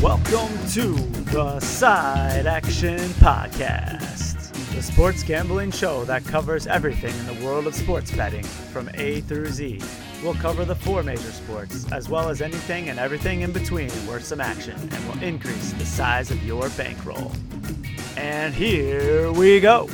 Welcome to the Side Action Podcast, the sports gambling show that covers everything in the world of sports betting from A through Z. We'll cover the four major sports, as well as anything and everything in between worth some action, and we'll increase the size of your bankroll. And here we go.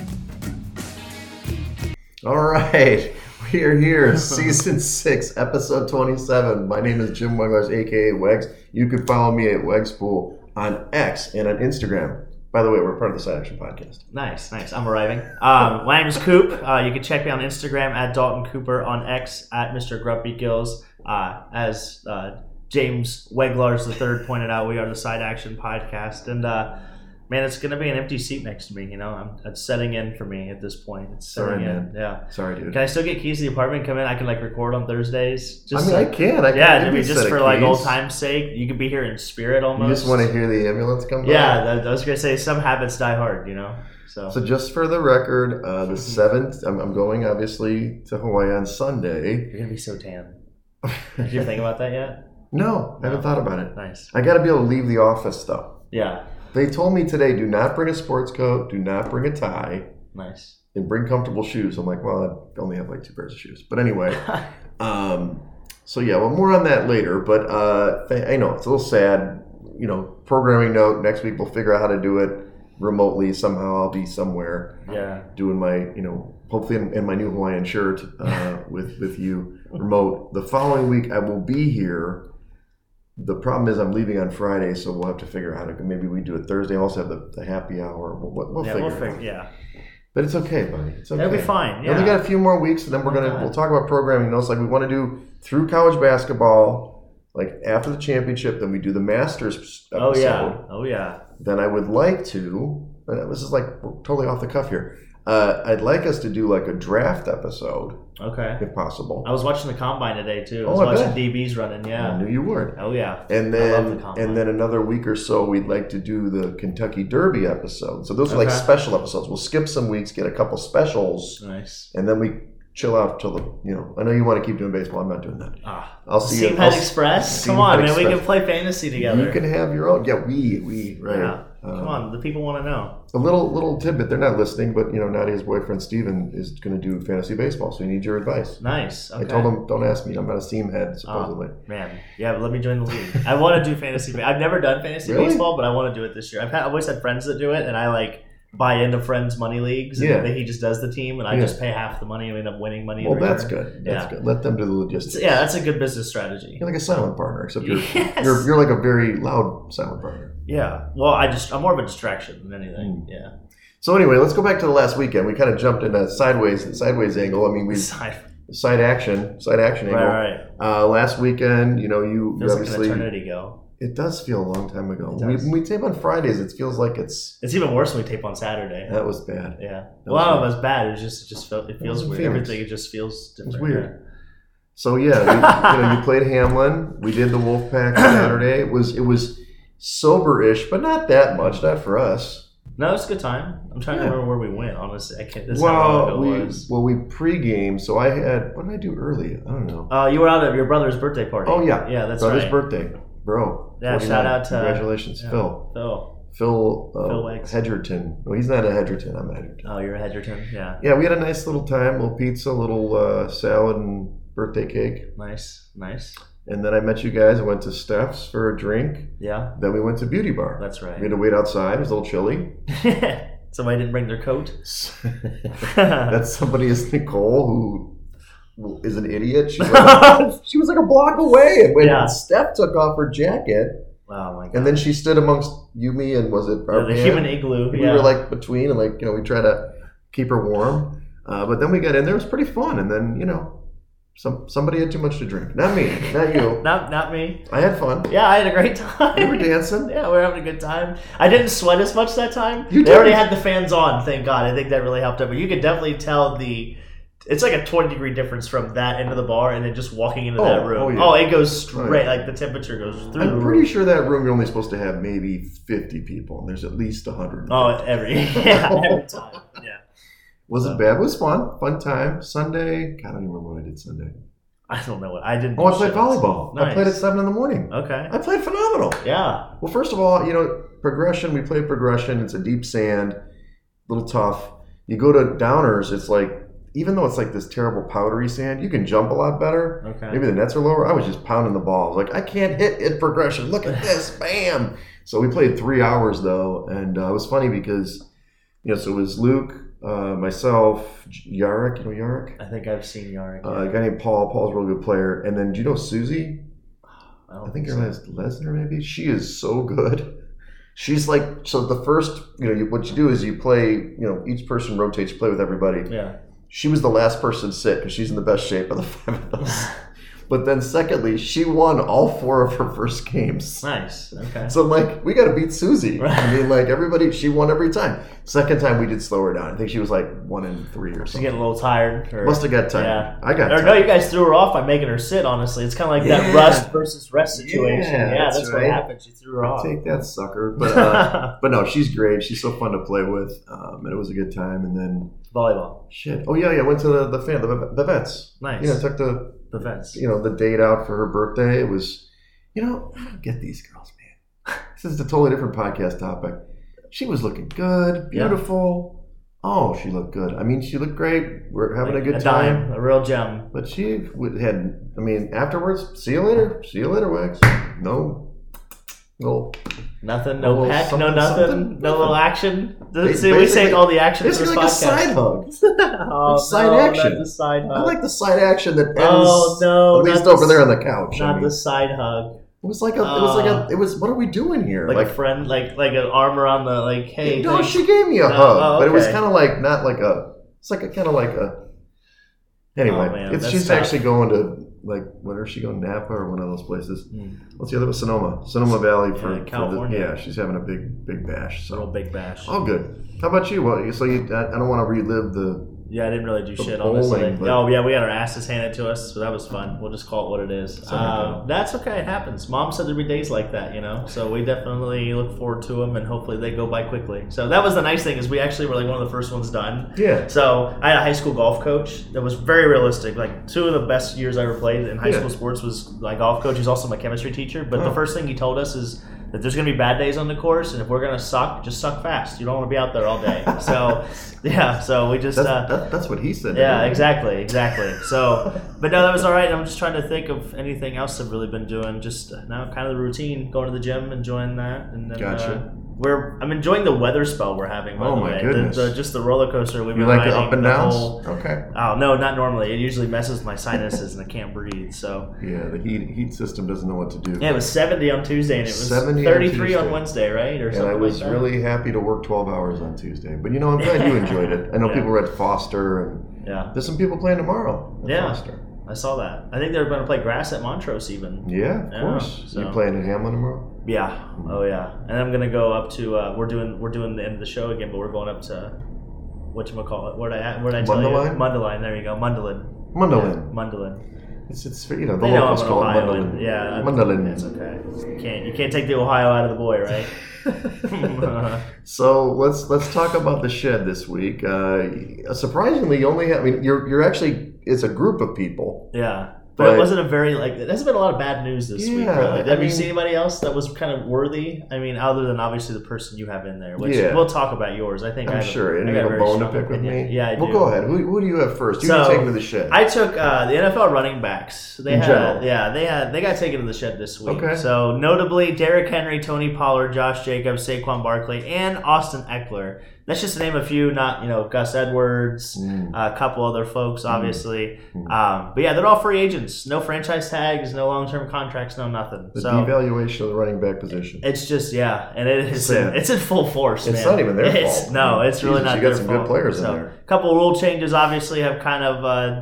All right, we are here, season six, episode twenty-seven. My name is Jim Weglers, aka Wegs. You can follow me at Wegspool on X and on Instagram. By the way, we're part of the Side Action Podcast. Nice, nice. I'm arriving. Um, my name is Coop. Uh, you can check me on Instagram at Dalton Cooper, on X at Mr. Grumpy Gills. Uh, as uh, James Weglars III pointed out, we are the Side Action Podcast. And uh, man, it's going to be an empty seat next to me. You know, I'm, it's setting in for me at this point. It's setting Sorry, in. man. Yeah. Sorry, dude. Can I still get keys to the apartment? Come in. I can like record on Thursdays. I mean, like, I can. I can yeah, give I you mean, a just set for of like keys. old time's sake, you could be here in spirit almost. You just want to hear the ambulance come. by? Yeah, that, I was gonna say some habits die hard. You know. So. So just for the record, uh, the seventh, I'm, I'm going obviously to Hawaii on Sunday. You're gonna be so tan. Did you think about that yet? No, I No. haven't thought about it. Nice. I got to be able to leave the office though. Yeah. They told me today, do not bring a sports coat, do not bring a tie. Nice. and bring comfortable shoes. I'm like, well, I only have like two pairs of shoes. But anyway, um, so yeah, well, more on that later. But uh, th- I know it's a little sad. You know, programming note next week we'll figure out how to do it remotely somehow. I'll be somewhere yeah. doing my, you know, hopefully in, in my new Hawaiian shirt uh, with with you remote. The following week I will be here. The problem is I'm leaving on Friday, so we'll have to figure out how to. Maybe we do it Thursday. I also have the, the happy hour. We'll, we'll, we'll yeah, figure we'll it out. figure. Yeah. But it's okay, buddy. It's okay. It'll be fine. We only Yeah. got a few more weeks, and then we're Why gonna not? we'll talk about programming notes. Like we want to do through college basketball, like after the championship, then we do the Masters episode. Oh yeah. Oh yeah. Then I would like to. And this is like we're totally off the cuff here. Uh, I'd like us to do like a draft episode Okay. if possible. I was watching the combine today too. I was Oh, I watching bet. DBs running. I Oh, Yeah. knew you would. Oh yeah. And I then love the combine. and then another week or so, we'd like to do the Kentucky Derby episode. So those are like Okay. special episodes. We'll skip some weeks, get a couple specials. Nice. and then we chill out till the you know. I know you want to keep doing baseball. I'm not doing that. Ah. I'll see you. Steamhead I'll- Express. Come Steamhead on, man. We Express. can play fantasy together. You can have your own. Yeah, we we right. Yeah. Um, Come on. The people want to know. A little little tidbit. They're not listening, but you know Nadia's boyfriend Steven is going to do fantasy baseball, so you need your advice. Nice. Okay. I Ah, told him, don't ask me. I'm not a seam head, supposedly. Man, yeah, but let me join the league. I want to do fantasy. ba- I've never done fantasy Really? baseball, but I want to do it this year. I've, had, I've always had friends that do it, and I like buy into friends' money leagues. And Yeah. then he just does the team, and I Yeah. just pay half the money and end up winning money. in well, that's return. good. That's Yeah. good. Let them do the logistics. So, yeah, that's a good business strategy. You're like a silent partner, except you're, Yes. you're you're like a very loud silent partner. Yeah. Well, I just I'm more of a distraction than Hmm. anything. Yeah. So anyway, let's go back to the last weekend. We kind of jumped in a sideways sideways angle. I mean, we Side- side action, side action right, angle. right. Uh, last weekend, you know, you, you Feels like an obviously eternity ago. it does feel a long time ago. It When we, does. when we tape on Fridays, it feels like it's It's even worse when we tape on Saturday. that was bad. Yeah. That Well, I was don't know. if It's bad. It just it just felt it feels was weird. Phoenix. Everything it just feels different. weird. So yeah, you, you know, you played Hamlin. We did the Wolfpack Saturday. It was it was sober-ish, but not that much. Not for us. No, it's a good time. I'm trying Yeah. to remember where we went. Honestly, I can't. This is how well, long ago we it was. well we pregame. So I had what did I do early? I don't know. Uh, you were out at your brother's birthday party. Oh, yeah. yeah, that's Brother's right. birthday, bro. Yeah, 49. shout out to- congratulations, yeah. Phil. oh, Phil, uh, Phil Weggs. Hedgerton. No, he's not a Hedgerton. I'm a Hedgerton. oh, you're a Hedgerton. Yeah, Yeah, we had a nice little time, little pizza, little uh, salad, and birthday cake. nice, nice. And then I met you guys. I went to Steph's for a drink. Yeah, Then we went to Beauty Bar. that's we had right. to wait outside. It was a little chilly. Somebody didn't bring their coat. that somebody is Nicole, who is an idiot. She was Oh like, she was like a block away. And when Yeah. Steph took off her jacket, wow, my God. and then she stood amongst you, me, and was it the, our the band? human igloo. We yeah. were like between, and like you know, we try to keep her warm. Uh, but then we got in there; it was pretty fun. And then you know, some somebody had too much to drink. Not me, not you. not not me. I had fun. Yeah, I had a great time. We were dancing. yeah, we were having a good time. I didn't sweat as much that time. You they already didn't. had the fans on, thank God. I think that really helped out. But you could definitely tell the it's like a twenty degree difference from that end of the bar and then just walking into Oh, that room. oh, Oh, yeah. it goes straight Right. like the temperature goes through. the I'm roof. pretty sure that room you're only supposed to have maybe 50 people, and there's at least 100. Oh, it's every yeah, every time. Yeah. Wasn't bad. It was fun. Fun time. Sunday. God, I don't even remember what I did Sunday. I don't know what I didn't. Oh, I want do to play shit. volleyball. I Nice. Oh, played at seven in the morning. Okay. I played phenomenal. Yeah. Well, first of all, you know, progression, we play progression. It's a deep sand, a little tough. You go to downers, it's like, even though it's like this terrible powdery sand, you can jump a lot better. Okay. Maybe the nets are lower. I was just pounding the ball. I was like, I can't hit it progression. Look at this. Bam. So we played three hours, though. And uh, it was funny because, you know, so it was Luke, uh, myself, Yarek. You know Yarek? I think I've seen Yarick. Uh, a guy named Paul. Paul's a real good player. And then, do you know Susie? don't I think her so. last Lesnar, maybe. She is so good. She's like so. The first, you know, you, what you do is you play. You know, each person rotates, play with everybody. Yeah. She was the last person sit because she's in the best shape of the five of us. But then, secondly, she won all four of her first games. Nice. Okay. So like, we got to beat Susie. I Right. mean, like everybody, she won every time. Second time we did slow her down. I think she was like one in three or She's something. getting a little tired. Or, Must have got tired. Yeah. I got Or tired. no, you guys threw her off by making her sit. Honestly, it's kind of like Yeah. that rust versus rest situation. Yeah, Yeah, that's that's, right. what happened. You threw her off. Take that sucker. But uh, But no, she's great. She's so fun to play with, um, and it was a good time. And then Volleyball. shit. Oh yeah, yeah. Went to the the fan the, the vets. Nice. You know, took the the fence. you know the date out for her birthday. It was, you know, I don't get these girls, man. this is a totally different podcast topic. She was looking good, Yeah. beautiful. Oh, she looked good. I mean, she looked great. We're having Like a good time. dime, a real gem. But she would- had. I mean, afterwards, see you later. See you later, Wax. No. No. Nothing, A no little peck, no something, nothing, something, no little action. Ba- See, we basically- take all the action for It's this like a side podcast. hug. oh, side no, action. Not the side hug. I like the side action that ends Uh, oh no! at least not over the, there on the couch. I Not mean, the side hug. it was like a, it was like Uh, a, it was. What are we doing here? Like, Like, a friend, like like an arm around the like. Hey, no, like, she gave me a Oh, hug, oh, but it was okay. kind of like not like a. It's like a kind of like a. Anyway, Oh, man, it's that's she's tough. actually going to like where is she going? Napa or one of those places. Hmm, What's the other one? Sonoma, Sonoma Valley for Yeah, for the- California. yeah, she's having a big big bash. real So big bash. all good. How about you? Well, you- so you, I, I don't want to relive the. Yeah, I didn't really do The shit, bowling, honestly. but- Oh, yeah, we had our asses handed to us, so that was fun. We'll just call it what it is. Something like Um, that's okay, it happens. Mom said there'd be days like that, you know? So we definitely look forward to them, and hopefully they go by quickly. So that was the nice thing, is we actually were like one of the first ones done. Yeah, So I had a high school golf coach that was very realistic. Like two of the best years I ever played in high Yeah. school sports was my golf coach. He's also my chemistry teacher. But Oh. the first thing he told us is that there's going to be bad days on the course, and if we're going to suck, just suck fast. You don't want to be out there all day. So yeah, so we just that's, uh, that, that's what he said. yeah, exactly, exactly. So, but no, that was all right. I'm just trying to think of anything else I've really been doing. Just now, kind of the routine, going to the gym, enjoying that, and then Gotcha. uh, we're I'm enjoying the weather spell we're having. By Oh the my way. goodness. The, the, just the roller coaster we've You been like the riding, up and the downs? whole- okay. oh no, not normally. It usually messes with my sinuses and I can't breathe. So Yeah, the heat heat system doesn't know what to do. yeah, it was 70 on Tuesday and it was 70 on 33 on, Tuesday. Wednesday, right, or and something I was like that. really happy to work 12 hours on Tuesday. But you know, I'm glad you enjoyed it. I know Yeah. people were at Foster, and yeah, there's some people playing tomorrow at Yeah. Foster. I saw that. I think they're going to play grass at Montrose even. Yeah, of Yeah, course. so- You playing at Hamlin tomorrow? Yeah. Oh yeah. And I'm gonna go up to uh, we're doing we're doing the end of the show again, but we're going up to what you call it? Where'd I at? where'd I tell Mundelein? you? Mundelein. There you go. Mundelein. Mundalin. Yeah, Mundelein. It's, it's you know the They know locals I'm an call it Ohioan. Mundalin. Yeah. I- It's Mundalin. okay. You can't you can't take the Ohio out of the boy, right? So let's let's talk about the shed this week. Uh, surprisingly, you only have. I mean, you're you're actually it's a group of people. yeah. But, But- it wasn't a very like. There's been a lot of bad news this week. Yeah, Really. I Have you mean- seen anybody else that was kind of worthy? I mean, other than obviously the person you have in there, which Yeah. we'll talk about yours. I think I I'm have a- sure. And I you got have a very bone to strong pick with opinion. me. Yeah, I Well, do. go ahead. Who, who do you have first? You So, can take me to the shed. I took uh, the NFL running backs. They In had, general. yeah, they had they got taken to the shed this week. Okay. So notably, Derrick Henry, Tony Pollard, Josh Jacobs, Saquon Barkley, and Austin Eckler. That's just to name a few. Not you know Gus Edwards, Mm. a couple other folks, obviously. Mm. Um, but yeah, they're all free agents. No franchise tags, no long term contracts, no nothing. the so devaluation of the running back position. it's just yeah, and it is Sad. it's in full force. It's man. not even their It's- fault. No, it's really Jesus, not. You got their some fault. good players So, in there. couple rule changes obviously have kind of uh,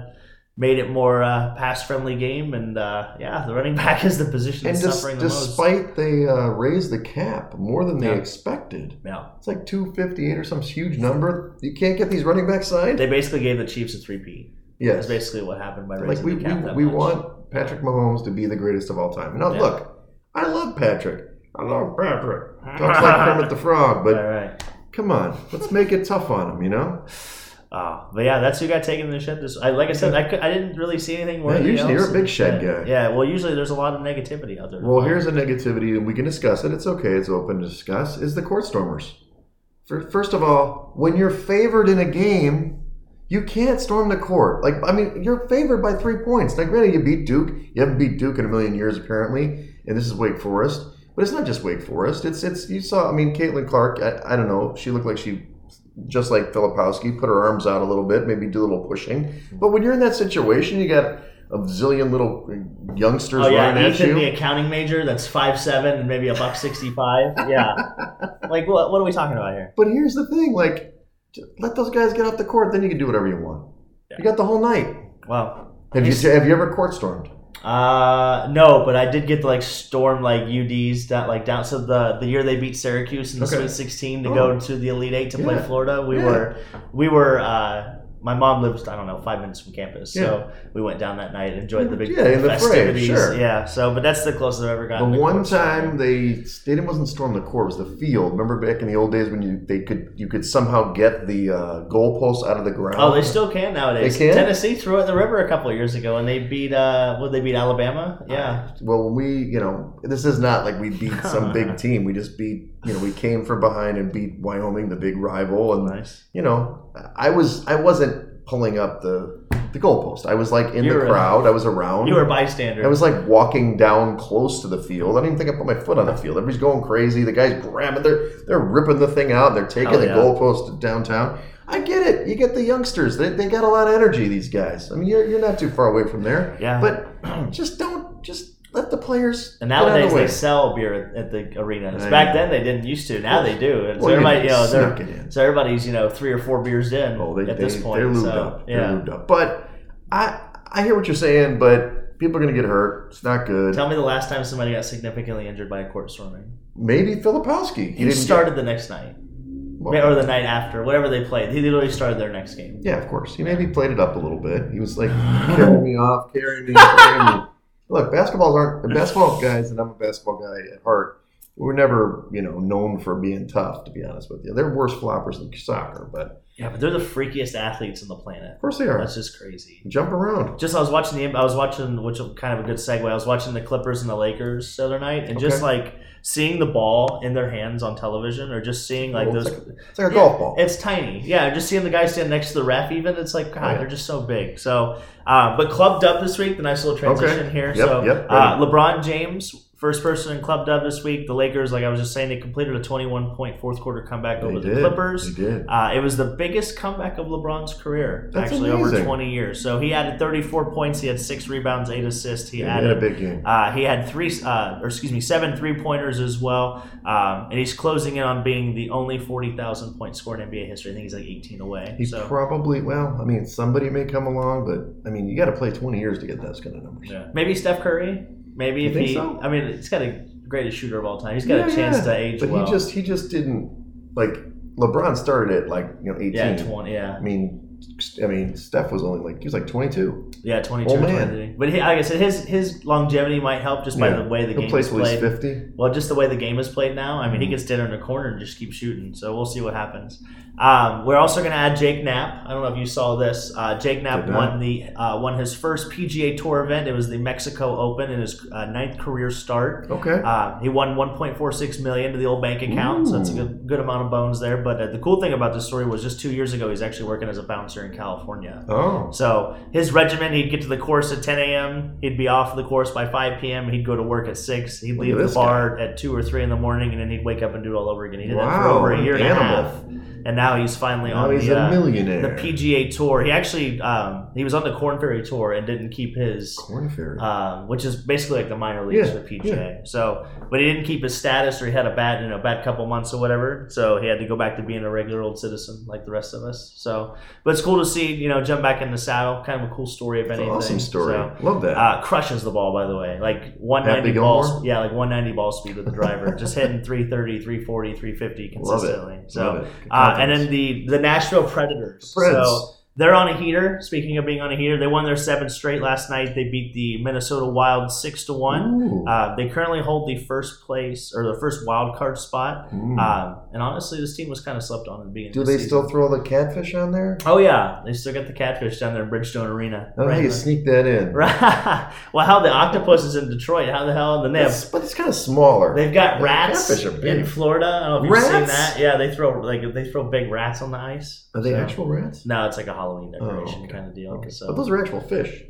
made it more uh, pass friendly game, and uh, yeah, the running back is the position And that's des- suffering the most. despite they uh, raised the cap more than they Yeah. expected, Yeah, it's like two fifty eight or some huge number. You can't get these running backs signed. they basically gave the Chiefs a three P. Yes, That's basically what happened by like raising we the we, cap that we much. want Patrick Mahomes to be the greatest of all time. Now Yeah. look, I love Patrick. I love Patrick. Talks like Kermit the Frog, All but right, come on, let's make it tough on him. You know, Uh, but yeah, that's who got taken in the shed. This, I, like I said, I, cou- I didn't really see anything Yeah, worth. usually you're a big shed yeah. guy. Yeah, well, usually there's a lot of negativity out there. Well, here's a negativity, and we can discuss it. It's okay. It's open to discuss. Is the court stormers? Fir- First of all, when you're favored in a game, you can't storm the court. Like, I mean, you're favored by three points. Now, granted, you beat Duke. You haven't beat Duke in a million years, apparently. And this is Wake Forest, but it's not just Wake Forest. It's it's you saw. I mean, Caitlin Clark. I, I don't know. She looked like she. Just like Filipowski, put her arms out a little bit, maybe do a little pushing. But when you're in that situation, you got a zillion little youngsters oh yeah, running at Ethan, you. the accounting major, that's five seven and maybe a buck sixty five. Yeah, like what? What are we talking about here? But here's the thing: like, j- let those guys get off the court, then you can do whatever you want. You got the whole night. Wow. Have you have you ever court stormed? Uh, no, but I did get to like storm like UDs down like down. So the the year they beat Syracuse in the Okay. Sweet Sixteen to Oh. go to the Elite Eight to play Yeah. Florida, we Yeah. were we were. uh my mom lives, I don't know, five minutes from campus, so we went down that night, enjoyed the big Yeah, in the parade, festivities. sure. Yeah, so but that's the closest I've ever The gotten. to one court storming. time they they didn't wasn't storm the court, it was the field. Remember back in the old days when you they could you could somehow get the uh, goalposts out of the ground. Oh, they still can nowadays. They can? Tennessee threw it in the river a couple of years ago, and they beat. Uh, what they beat Alabama? Yeah. Well, when we you know this is not like we beat some big team. We just beat you know we came from behind and beat Wyoming, the big rival, and Nice. you know, I was I wasn't pulling up the the goalpost. I was like in You the were- crowd. I was around. You were a bystander. I was like walking down close to the field. I didn't even think I put my foot on the field. Everybody's going crazy. The guys grabbing, they're they're ripping the thing out. They're taking Oh, the yeah. goalpost downtown. I get it. You get the youngsters. They, they got a lot of energy. These guys. I mean, you're, you're not too far away from there. Yeah. But just don't just let the players. and get out of the nowadays way. they sell beer at the arenas. I Back know. then they didn't used to. Now they do. And so Well, everybody, you know, snuck they're, it in. so everybody's you know three or four beers in Oh, they, at they, this point. they're lubed so, up. They're yeah. lubed up. But I I hear what you're saying, but people are going to get hurt. It's not good. Tell me the last time somebody got significantly injured by a court storming. Maybe Filipowski. He started the next night well, or the night after, whatever they played. He literally started their next game. Yeah, of course. He maybe played it up a little bit. He was like, carry me off, carry me, carry me. Look, basketballs aren't the basketball guys, and I'm a basketball guy at heart. We were never, you know, known for being tough. To be honest with you, they're worse floppers than soccer, but Yeah, but they're the freakiest athletes on the planet. of course they are. That's just crazy. Jump around. just I was watching the I was watching which is kind of a good segue. I was watching the Clippers and the Lakers the other night, and just like seeing the ball in their hands on television, or just seeing like Well, those. It's like a golf ball. It's tiny, yeah. Just seeing the guy stand next to the ref, even it's like God, Oh, yeah. they're just so big. So, uh, but club dub this week, the nice little transition Okay. here. Yep, so, yep, uh, ready. LeBron James, first person in club dub this week. The Lakers, like I was just saying, they completed a twenty-one point fourth quarter comeback over the Clippers. They did. Uh, it was the biggest comeback of LeBron's career, That's actually over amazing. 20 years. So he added 34 points. He had six rebounds, eight assists. He They had added. a big game. uh, he had three, uh, or excuse me, seven three pointers as well, um, and he's closing in on being the only forty thousand point scorer in NBA history. I think he's like eighteen away. He so probably well. I mean, somebody may come along, but I mean, you got to play twenty years to get those kind of numbers. yeah. maybe Steph Curry. Maybe You if think he, so? I mean, he's got a greatest shooter of all time. He's got Yeah, a chance yeah. to age But well. he just he just didn't like LeBron started at like you know eighteen. yeah, twenty. Yeah, I mean, I mean, Steph was only like he was like twenty two. yeah, twenty-two. Old or Oh, man. 23. But he, like I said, his his longevity might help just by Yeah. the way the He'll game play is till he's played. fifty. Well, just the way the game is played now, I Mm-hmm. mean, he gets dinner in the corner and just keeps shooting. So we'll see what happens. Um, we're also going to add Jake Knapp. I don't know if you saw this. Uh, Jake Knapp Did not. won the uh, won his first PGA Tour event. It was the Mexico Open in his uh, ninth career start. Okay. Uh, he won 1.46 million to the old bank account, so that's a Ooh. good, good amount of bones there. But uh, the cool thing about this story was just two years ago, he's actually working as a bouncer in California. oh, So his regimen, he'd get to the course at 10 a.m. He'd be off the course by 5 p.m. He'd go to work at 6. He'd Look leave at the this bar at 2 or 3 in the morning, and then he'd wake up and do it all over again. He did that for Wow, over a year and a animal. half. And now he's finally now on he's the, a uh, the millionaire. PGA Tour. He actually um, he was on the Corn Ferry Tour and didn't keep his Corn fairy. um, which is basically like the minor leagues Yeah, for PGA. So, but he didn't keep his status, or he had a bad, you know, bad couple months or whatever. So he had to go back to being a regular old citizen like the rest of us. So, but it's cool to see, you know, jump back in the saddle. Kind of a cool story, if That's an anything. awesome story. So, Love that. uh, crushes the ball, by the way. Like 190 Happy ball, Gilmore? yeah, like 190 ball speed with the driver, just hitting 330, 340, 350 Love it. consistently. So, Love it. Ah, uh, and then the the Nashville Predators. Preds. So They're on a heater. Speaking of being on a heater, they won their seventh straight last night. They beat the Minnesota Wild six to one. Ooh. Uh, they currently hold the first place or the first wild card spot. Mm. Um, and honestly, this team was kind of slept on at the beginning. Do of the they season. still throw the catfish on there? Oh yeah, they still got the catfish down there in Bridgestone Arena. I don't know how you Oh, sneak that in. Right. well, how the octopus is in Detroit? How the hell? And then they have It's- but it's kind of smaller. They've got Yeah, rats catfish are big. in Florida. I don't know if you've seen Rats? that. Yeah, they throw like they throw big rats on the ice. are they So- actual rats? No, it's like a Halloween decoration Oh, okay. kind of deal. Okay. So But those are actual fish.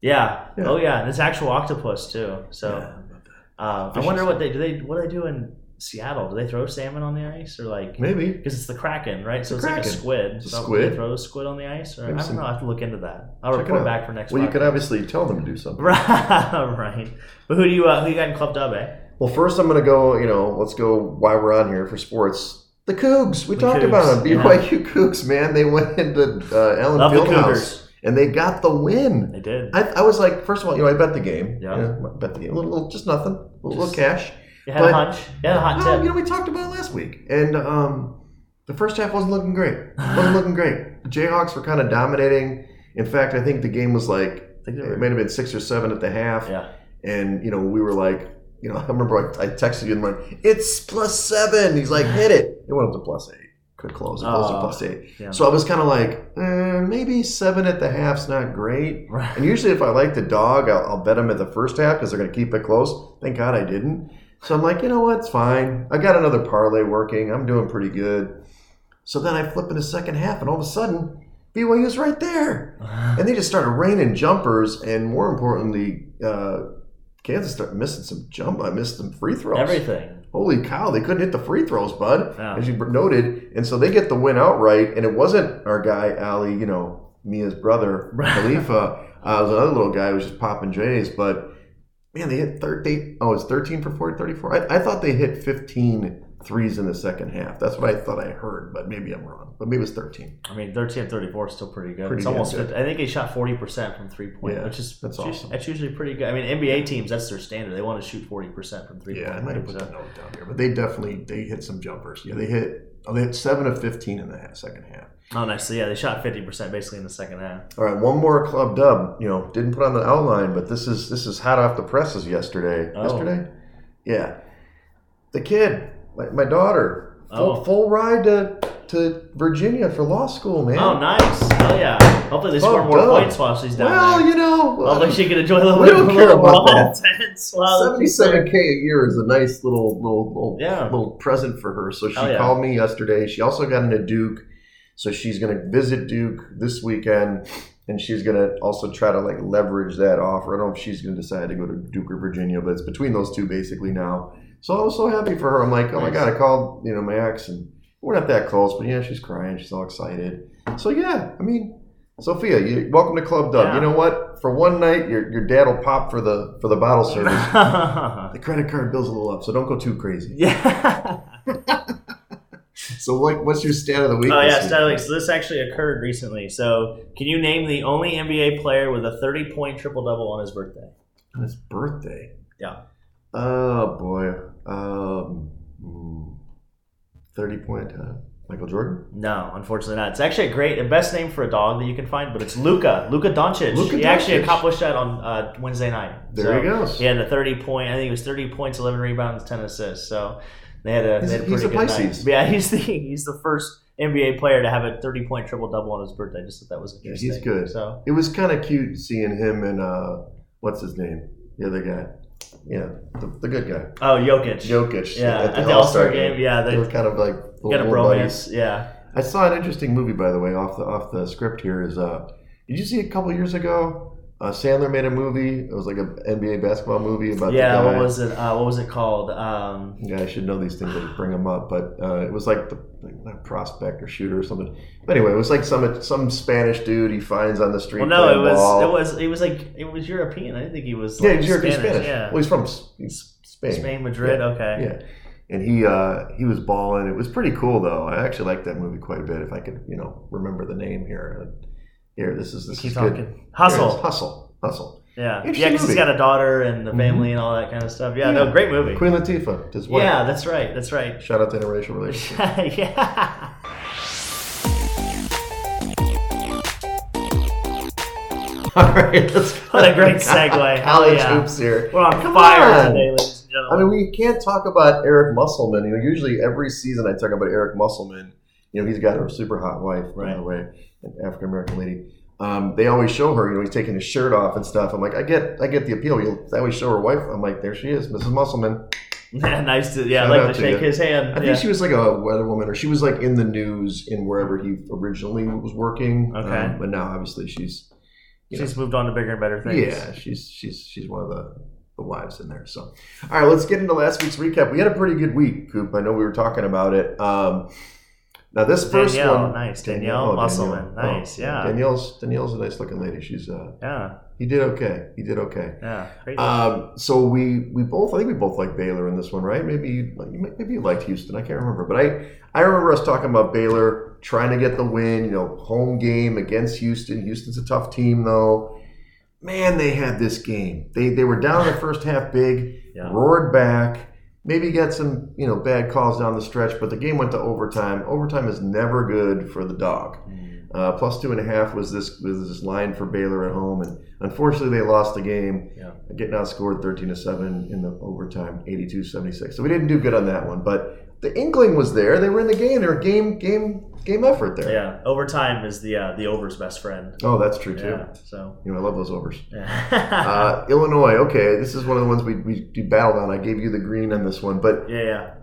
yeah. Yeah. oh yeah, and it's actual octopus too. So Yeah. uh, I Fish wonder is- what they do. They what do they do in Seattle? Do they throw salmon on the ice or like? maybe. Because it's the kraken, right? So The it's like a Kraken. squid. It's a so do squid. They throw a squid on the ice, or I Maybe don't some- know. I have to look into that. I'll Check it report out. back for next. Well, you could podcast. obviously tell them to do something. right. But who do you uh, who you got in Club Dub? Eh? Well, first I'm going to go, you know, let's go why we're on here for sports. The Cougs. We The talked Cougs, about them. yeah. BYU Cougs, man. They went into uh, Allen Love the Fieldhouse Cougars. and they got the win. They did. I, I was like, first of all, you know, I bet the game. Yeah. I bet the game. A little, little- just nothing. A little, Just- little cash. You had a But- hunch. You had a hot Well, tip. you know, we talked about it last week, and um, the first half wasn't looking great. wasn't looking great. The Jayhawks were kind of dominating. In fact, I think the game was like think they were- it might have been six or seven at the half, Yeah. and you know we were like, you know, I remember I, I texted you and like, it's plus seven. He's like, hit it. It went up to plus eight. Could close. It closed Oh, to plus eight. yeah. So I was kind of like, eh, maybe seven at the half's not great. Right. And usually, if I like the dog, I'll, I'll bet them at the first half because they're going to keep it close. Thank God I didn't. So I'm like, you know what? It's fine. I got another parlay working. I'm doing pretty good. So then I flip in the second half, and all of a sudden, BYU's right there. And they just started raining jumpers, and more importantly, uh, Kansas started missing some jump. I missed some free throws. Everything. Holy cow, they couldn't hit the free throws, bud, Yeah. as you noted. And so they get the win outright. And it wasn't our guy, Ali, you know, Mia's brother, Right. Khalifa. Uh, it was another little guy who was just popping J's. But man, they hit 13. Oh, it's 13 for 4, 34. I, I thought they hit 15 threes in the second half. That's what I thought I heard, but maybe I'm wrong. But maybe it was 13. I mean, 13 and 34 is still pretty good. Pretty it's almost damn good. 50, I think he shot 40% from three point, Yeah, which is that's that's, awesome. that's usually pretty good. I mean, NBA teams, that's their standard. They want to shoot 40% from three Yeah, I point. might have range, put so- that note down here. But they definitely they hit some jumpers. Yeah, they hit. Oh, they hit seven of fifteen in the half, second half. Oh, nice. So, yeah, they shot 50% basically in the second half. All right, one more club dub. You know, didn't put on the outline, but this is this is hot off the presses. Yesterday, Oh. yesterday, yeah. The kid, my, my daughter, full, Oh. full ride to to Virginia for law school, man. Oh, nice. Oh, yeah. Hopefully they score Oh, more good. points while she's down well, there. you know, Hopefully she can enjoy a little we bit don't of care about ball that. tennis while she's there. seventy-seven k a year is a nice little little little, Yeah. little present for her. So she Hell yeah. called me yesterday. She also got into Duke, so she's going to visit Duke this weekend, and she's going to also try to like leverage that offer. I don't know if she's going to decide to go to Duke or Virginia, but it's between those two basically now. So I was so happy for her. I'm like, oh my Nice. god, I called you know my ex, and we're not that close, but yeah, she's crying, she's all excited. So yeah, I mean. Sophia, you, welcome to Club Dub. Yeah. You know what? For one night, your, your dad will pop for the for the bottle service. The credit card bill's a little up, so don't go too crazy. yeah. So, like, what's your stat of the week? Oh this yeah, week? stat of the week. So this actually occurred recently. So can you name the only NBA player with a 30-point triple-double on his birthday? On his birthday. Yeah. Oh boy. Um, mm, thirty point. Uh, Michael Jordan. No, unfortunately not. It's actually a great, the best name for a dog that you can find, but it's Luca. Luca Doncic. Luka he actually Doncic. accomplished that on uh, Wednesday night. There so he goes. He had a 30 point. I think it was 30 points, 11 rebounds, 10 assists. So they had a, He's- they had a pretty he's a good night. Pisces. Yeah, he's the he's the first NBA player to have a 30 point triple double on his birthday. I just thought that was Yeah, he's interesting. good. So It was kind of cute seeing him and uh, what's his name, the other guy. Yeah, the, the good guy, oh, Jokic. Jokic. Yeah, at the All-Star game, yeah, they- they, were kind of like Got a little buddies. bromance. Yeah. I saw an interesting movie, by the way, off the off the script here. Is uh, did you see a couple years ago? Uh, Sandler made a movie. It was like an NBA basketball movie about the Yeah. guy. What was it? Uh, what was it called? Um, yeah, I should know these things. I should bring them up, but uh, it was like the like, not prospect or shooter or something. But anyway, it was like some some Spanish dude he finds on the street. Well, no, playing it was ball. it was it was like it was European. I didn't think he was yeah, like, he's European Spanish. Yeah, Well, he's from S- he's Spain. Spain, Madrid. Yeah. Okay. Yeah, and he uh, he was balling. It was pretty cool though. I actually liked that movie quite a bit. If I could, you know, remember the name here. Here, this is this Keep is good. talking. There it is. Hustle. Hustle. Hustle. Yeah. Interesting Yeah, because he's movie. got a daughter and the Mhm. family and all that kind of stuff. Yeah. Yeah. No, great movie. Queen Latifah, his wife. Yeah, that's right. That's right. Shout out to interracial relations. yeah. All right, let's What a great segue. College Yeah. hoops here. We're on Come fire on. today, ladies and I gentlemen. mean, we can't talk about Eric Musselman. You know, usually every season I talk about Eric Musselman. You know, he's got a super hot wife, by the Right. way, an African American lady. Um, they always show her. You know, he's taking his shirt off and stuff. I'm like, I get, I get the appeal. You always show her wife. I'm like, there she is, Mrs. Musselman. Yeah, nice to yeah, Shout I'd out like to to shake you. his hand. I think yeah. she was like a weather woman, or she was like in the news in wherever he originally was working. Okay. Um, but now obviously she's, you know, She's moved on to bigger and better things. yeah, she's she's she's one of the the wives in there. So, all right, let's get into last week's recap. We had a pretty good week, Coop. I know we were talking about it. Um, now this first Danielle, one, Oh, nice. Danielle Musselman, nice, yeah. Danielle's Danielle's a nice looking lady. She's uh, Yeah, he did okay. He did okay. yeah. Great. Um, so we we both I think we both like Baylor in this one, right? Maybe you you- maybe you liked Houston. I can't remember, but I I remember us talking about Baylor trying to get the win. You know, home game against Houston. Houston's a tough team, though. Man, they had this game. They they were down in the first half big, yeah. roared back. Maybe got some you know bad calls down the stretch, but the game went to overtime. Overtime is never good for the dog. Mm. Uh, plus two and a half was this was this line for Baylor at home, and unfortunately they lost the game, Yeah. getting outscored thirteen to seven in the overtime, 82-76. So we didn't do good on that one, but the inkling was there. They were in the game. They were game game game effort there. Yeah. Overtime is the uh, the over's best friend. Oh, that's true too. Yeah. So. You know, I love those overs. yeah, Uh, Illinois, okay, this is one of the ones we, we we battled on. I gave you the green on this one, but yeah.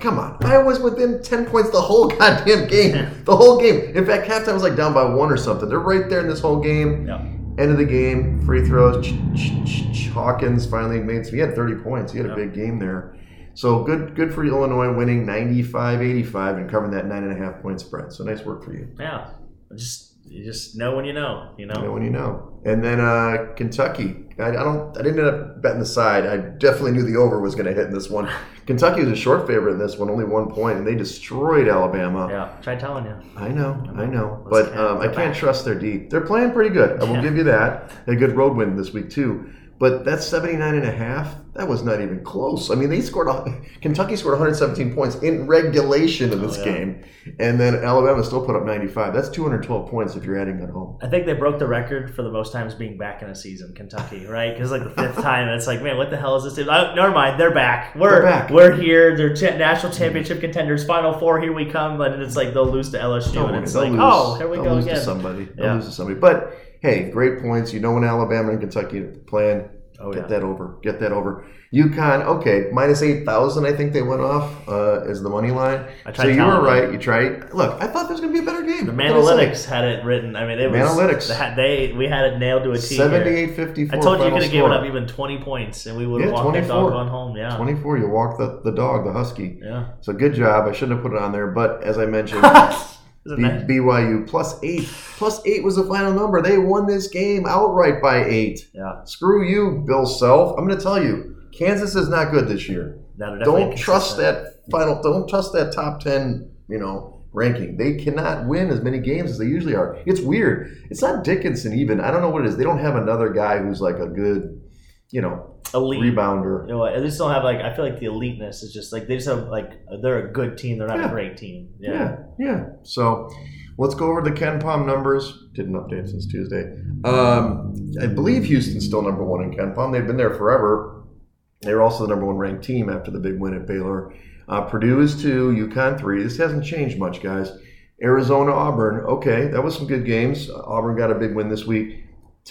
Come on. I was within 10 points the whole goddamn game. The whole game. In fact, halftime was like down by one or something. They're right there in this whole game. Yeah. End of the game, free throws. Ch- ch- ch- ch- Hawkins finally made some. He had 30 points. He had a Yeah. big game there. So good good for Illinois winning 95 85 and covering that nine and a half point spread. So nice work for you. Yeah. Just you just know when you know, you You know know. when you know. And then uh, Kentucky. I, I don't. I didn't end up betting the side. I definitely knew the over was going to hit in this one. Kentucky was a short favorite in this one, only one point, and they destroyed Alabama. Yeah. Try telling you. I know, I know, Let's but count. um, I We're can't back. trust their deep. They're playing pretty good. I will Yeah. give you that. They had a good road win this week too. But that's 79 and a half. That was not even close. I mean, they scored a, Kentucky scored 117 points in regulation in Oh, this yeah. game, and then Alabama still put up 95. That's 212 points if you're adding at home. I think they broke the record for the most times being back in a season, Kentucky, right? Because like the fifth time, and it's like, man, what the hell is this? Team? Oh, never mind, they're back. We're They're back. we're here. They're cha- national championship contenders, Final Four. Here we come, and it's like they'll lose to LSU, Don't and worry, it's they'll like, lose. oh, here we They'll go lose To again. somebody, they'll Yeah. lose to somebody. But hey, great points. You know, in Alabama and Kentucky playing Oh Get yeah, that over. Get that over. UConn, okay, minus 8,000, I think they went off uh, as the money line. I tried So you telling were them. right. You tried. Look, I thought there was going to be a better game. The What can I Manalytics had it written. I mean, it was Manalytics. that- They we had it nailed to a say? T. here. 78 54. I told you you could have given up even twenty points, and we would have Yeah, walked that 24. dog on home. Yeah, 24. You walked the, the dog, the husky. yeah. So good job. I shouldn't have put it on there. But as I mentioned, Isn't B- that BYU plus eight. Plus eight was the final number. They won this game outright by eight. Yeah. Screw you, Bill Self. I'm going to tell you, Kansas is not good this year. No, they're don't definitely trust consistent. that final. Don't trust that top ten. You know, ranking. They cannot win as many games as they usually are. It's weird. It's not Dickinson even. I don't know what it is. They don't have another guy who's like a good, you know, elite. rebounder. You know, at least don't have like I feel like the eliteness is just like they just have like they're a good team. They're not Yeah. a great team. Yeah. Yeah. yeah, So let's go over the Ken Palm numbers. Didn't update since Tuesday. Um, I believe Houston's still number one in Ken Palm. They've been there forever. They were also the number one ranked team after the big win at Baylor. Uh, Purdue is two, UConn three. This hasn't changed much, guys. Arizona, Auburn. Okay, that was some good games. Uh, Auburn got a big win this week.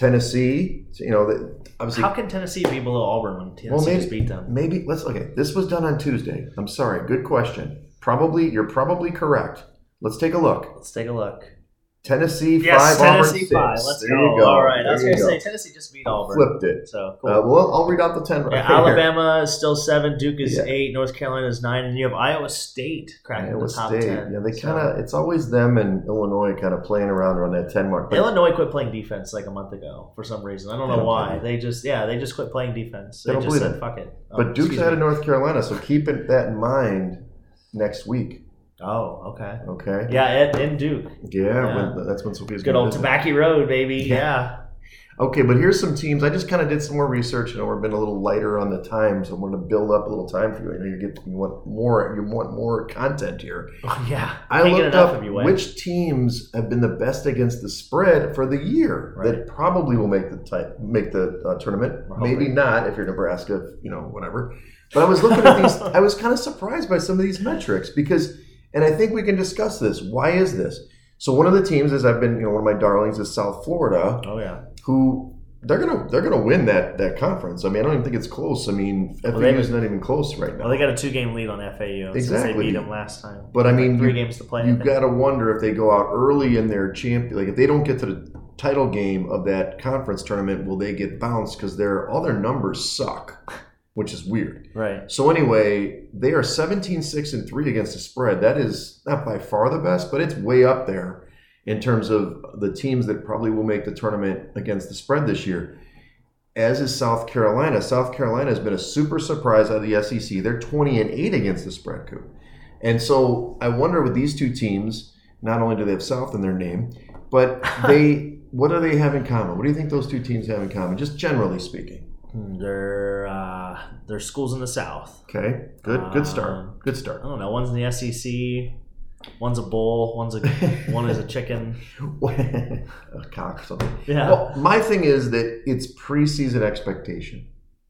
Tennessee, you know, they- obviously How can Tennessee be below Auburn when Tennessee maybe- just beat them? Maybe let's okay. This was done on Tuesday. I'm sorry. Good question. Probably you're probably correct. Let's take a look. Let's take a look. Tennessee Yes, five. Tennessee Auburn, five. six. Let's there go. You go. All right. I There was you gonna go. say Tennessee just beat Auburn. flipped it. So cool. Uh, well, I'll read out the ten. Right Yeah, here. Alabama is still seven. Duke is Yeah. eight. North Carolina is nine, and you have Iowa State cracking Iowa the top State. ten. Yeah, they So- kind of. It's always them and Illinois kind of playing around around that ten mark. But Illinois quit playing defense like a month ago for some reason. I don't They know don't why. play. They just yeah, they just quit playing defense. They They, don't just believe said fuck it. Oh, but Duke's excuse out of me. North Carolina, so keep it, that in mind next week. Oh, okay. Okay. Yeah, and, and Duke. Yeah. Yeah. When, that's when Sophia's Good gonna old visit. Tobacco Road, baby. Yeah. Yeah. okay, but here's some teams. I just kind of did some more research. You know, we've been a little lighter on the time, so I wanted to build up a little time for you. You know, you get you want more, you want more content here. yeah. I Can't get looked enough up of you, eh? Wayne. which teams have been the best against the spread for the year that probably will make the type, make the uh, tournament. We're Maybe hoping. not if you're Nebraska, you know, whatever. But I was looking at these. I was kind of surprised by some of these metrics because, and I think we can discuss this. Why is this? So one of the teams is I've been, you know, one of my darlings is South Florida, Oh yeah. who they're gonna they're gonna win that that conference. I mean, I don't even think it's close. I mean, FAU they- is not even close right now. Well, they got a two-game lead on FAU since they Exactly. beat them last time. but I mean, Like, three you- games to play. I you think. got to wonder if they go out early in their champion. Like if they don't get to the title game of that conference tournament, will they get bounced? Because their all their numbers suck, which is weird. right. So anyway, they are 17-6 and three against the spread. That is not by far the best, but it's way up there in terms of the teams that probably will make the tournament against the spread this year. As is South Carolina. South Carolina has been a super surprise out of the SEC. They're 20 and 8 against the spread, Coop. And so I wonder with these two teams, not only do they have South in their name, but they what do they have in common? What do you think those two teams have in common, just generally speaking? Their Hmm, uh, their schools in the South. Okay, good, good start, good I start. don't know. One's in the SEC. One's a bull. One's a one is a chicken. a cock or something. Yeah. Well, my thing is that it's preseason expectation.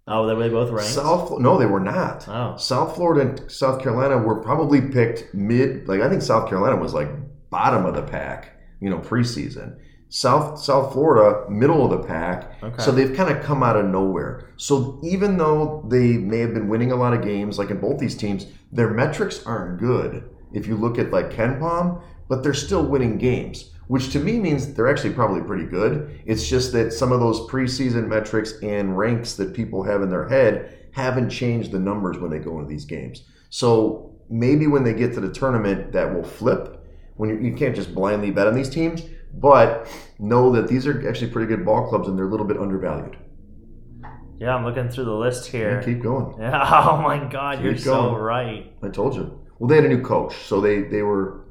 oh, they were they both ranked. South, no, they were not. oh, South Florida and South Carolina were probably picked mid. Like I think South Carolina was like bottom of the pack, you know, preseason. South South Florida, middle of the pack. okay. So they've kind of come out of nowhere. So even though they may have been winning a lot of games, like in both these teams, their metrics aren't good. If you look at like Ken Palm, but they're still winning games, which to me means they're actually probably pretty good. It's just that some of those preseason metrics and ranks that people have in their head haven't changed the numbers when they go into these games. So maybe when they get to the tournament, that will flip. When you, you can't just blindly bet on these teams, but know that these are actually pretty good ball clubs and they're a little bit undervalued. yeah, I'm looking through the list And here. keep going. Yeah. Oh my God, Keep you're so going. right. I told you. Well, they had a new coach, so they they were.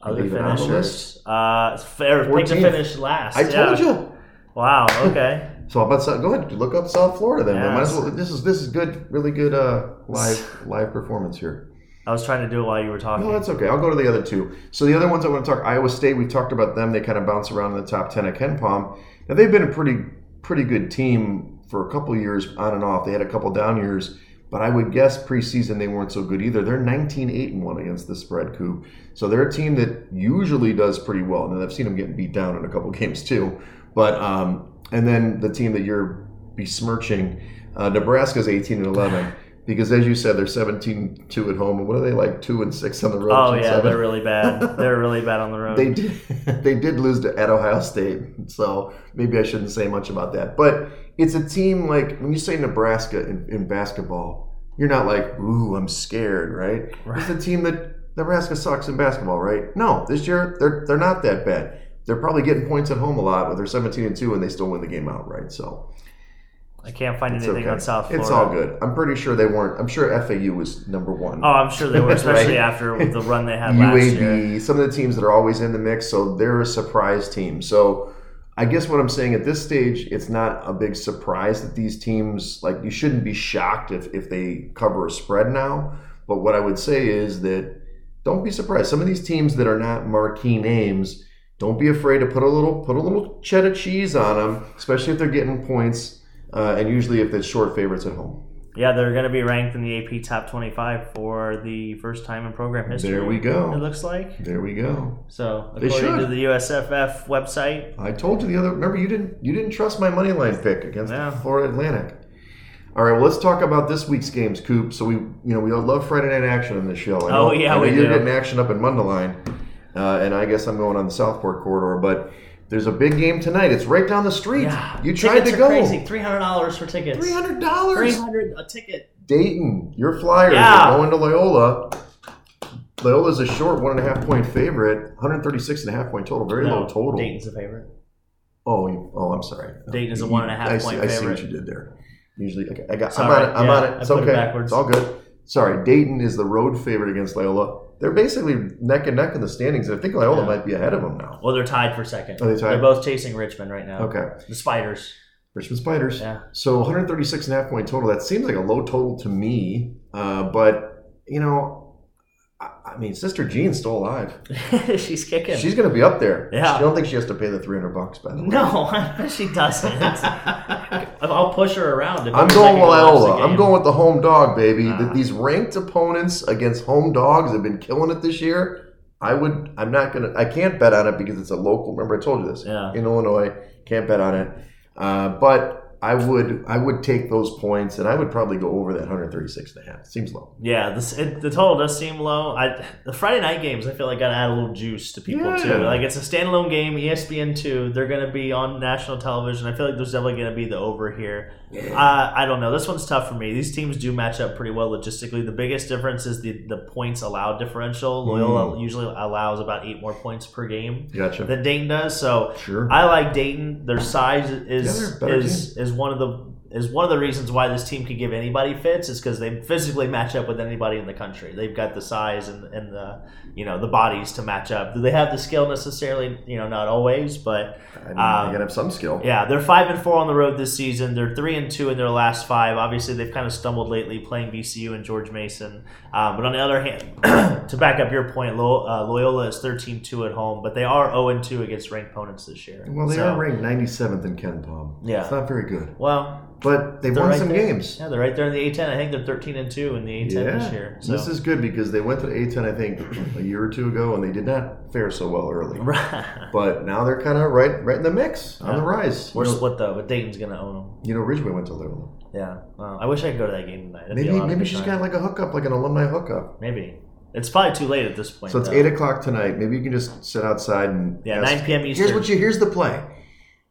Are Other they even on the finishes. Uh, fair. Pick to 14th. finish last. I yeah. told you. Wow. Okay. So how about South, go ahead, look up South Florida then. Yeah. Might as well, this is this is good, really good uh, live live performance here. I was trying to do it while you were talking. No, that's okay. I'll go to the other two. So the other ones I want to talk Iowa State. We've talked about them. They kind of bounce around in the top ten at Ken Palm. Now they've been a pretty pretty good team for a couple years on and off. They had a couple down years, but I would guess preseason they weren't so good either. They're 19 8 and one against the spread coup. So they're a team that usually does pretty well. And I've seen them getting beat down in a couple games too. But um, and then the team that you're besmirching, uh, Nebraska's 18 and 11. Because as you said, they're 17 2 at home. And what are they like? 2 and 6 on the road? Oh two and yeah, seven? they're really bad. They're really bad on the road. they did they did lose to at Ohio State, so maybe I shouldn't say much about that. But it's a team like when you say Nebraska in, in basketball, you're not like, ooh, I'm scared, right? It's a team that Nebraska sucks in basketball, right? No, this year they're they're not that bad. They're probably getting points at home a lot, but they're 17 and two, and they still win the game outright. So I can't find it's anything okay. on South Florida. It's all good. I'm pretty sure they weren't. I'm sure FAU was number one. Oh, I'm sure they were, especially Right. after the run they had last year. UAB, some of the teams that are always in the mix, so they're a surprise team. So I guess what I'm saying at this stage, it's not a big surprise that these teams like you shouldn't be shocked if if they cover a spread now. But what I would say is that don't be surprised. Some of these teams that are not marquee names, don't be afraid to put a little put a little cheddar cheese on them, especially if they're getting points, uh, and usually if they're short favorites at home. Yeah, they're going to be ranked in the AP top 25 for the first time in program history. There we go. It looks like. There we go. So, They according to should. the USFF website, I told you the other. Remember, you didn't you didn't trust my money line pick against No. the Florida Atlantic. All right, well, let's talk about this week's games, Coop. So we, you know, we love Friday night action on this show. I Oh, know- yeah, I know we You're do. getting action up in Mundelein, uh, and I guess I'm going on the Southport corridor. But there's a big game tonight. It's right down the street. yeah, you tried tickets to are go. Crazy. $300 for tickets. Three hundred dollars. 300 a ticket. Dayton, your Flyers Yeah. are going to Loyola. Loyola's a short one and a half point favorite. 136 and a half point total. Very No, low total. Dayton's a favorite. Oh, you, oh, I'm sorry. Dayton is a You- one and a half I point see, I see favorite. what you did there. Usually, okay, I got. It's I'm all on right. it. I'm Yeah, on it. I It's put it okay. backwards. It's all good. sorry, Dayton is the road favorite against Loyola. They're basically neck and neck in the standings. I think Loyola Yeah. might be ahead of them now. Well, they're tied for second. Are they tied? They're both chasing Richmond right now. Okay. The Spiders. Richmond Spiders. Yeah. So 136 and a half point total. That seems like a low total to me. Uh, but, you know, I, I mean, Sister Jean's still alive. She's kicking. She's going to be up there. Yeah. I don't think she has to pay the 300 bucks, by the way. no, she doesn't. I'll push her around. If I'm it's going like a Loyola. close I'm game. going with the home dog, baby. Ah. That These ranked opponents against home dogs have been killing it this year. I would. I'm not gonna. I can't bet on it because it's a local. Remember, I told you this. Yeah. In Illinois, can't bet on it. Uh, but I would. I would take those points, and I would probably go over that 136 and a half. Seems low. Yeah, this, it, the total does seem low. I, the Friday night games, I feel like gotta add a little juice to people too. Yeah. Like it's a standalone game, E ESPN two. They're gonna be on national television. I feel like there's definitely gonna be the over here. Uh, I don't know. This one's tough for me. These teams do match up pretty well logistically. The biggest difference is the the points allowed differential. Mm. Loyola usually allows about eight more points per game Gotcha. than Dayton does. So sure. I like Dayton. Their size Yeah, is they're a better is is one of the is one of the reasons why this team could give anybody fits is because they physically match up with anybody in the country. They've got the size and, and the you know the bodies to match up. Do they have the skill necessarily? You know, not always, but I mean, um, you gotta have some skill. yeah, they're five and four on the road this season. They're three and two in their last five. Obviously, they've kind of stumbled lately playing VCU and George Mason. Um, but on the other hand, to back up your point, Lo- uh, Loyola is 13-2 at home, but they are 0-2 against ranked opponents this year. Well, they So- are ranked 97th in Ken Palm. Yeah. It's not very good, Well, but they They're won right some there. games. yeah, they're right there in the A10. I think they're 13 and two in the A10 this year. So. This is good because they went to the A10, I think, a year or two ago, and they did not fare so well early. But now they're kind of right, right in the mix, on Yeah. the rise. You We're know, split though, but Dayton's gonna own you know, Ridgeway went to Loyola. them. Yeah, well, I wish I could go to that game tonight. That'd be a Maybe, lot of maybe good she's time. got like a hookup, like an alumni hookup. maybe it's probably too late at this point. So it's though. eight o'clock tonight. Maybe you can just sit outside and uh, Yeah, ask- 9 p.m. Here's Eastern. what you. Here's the play.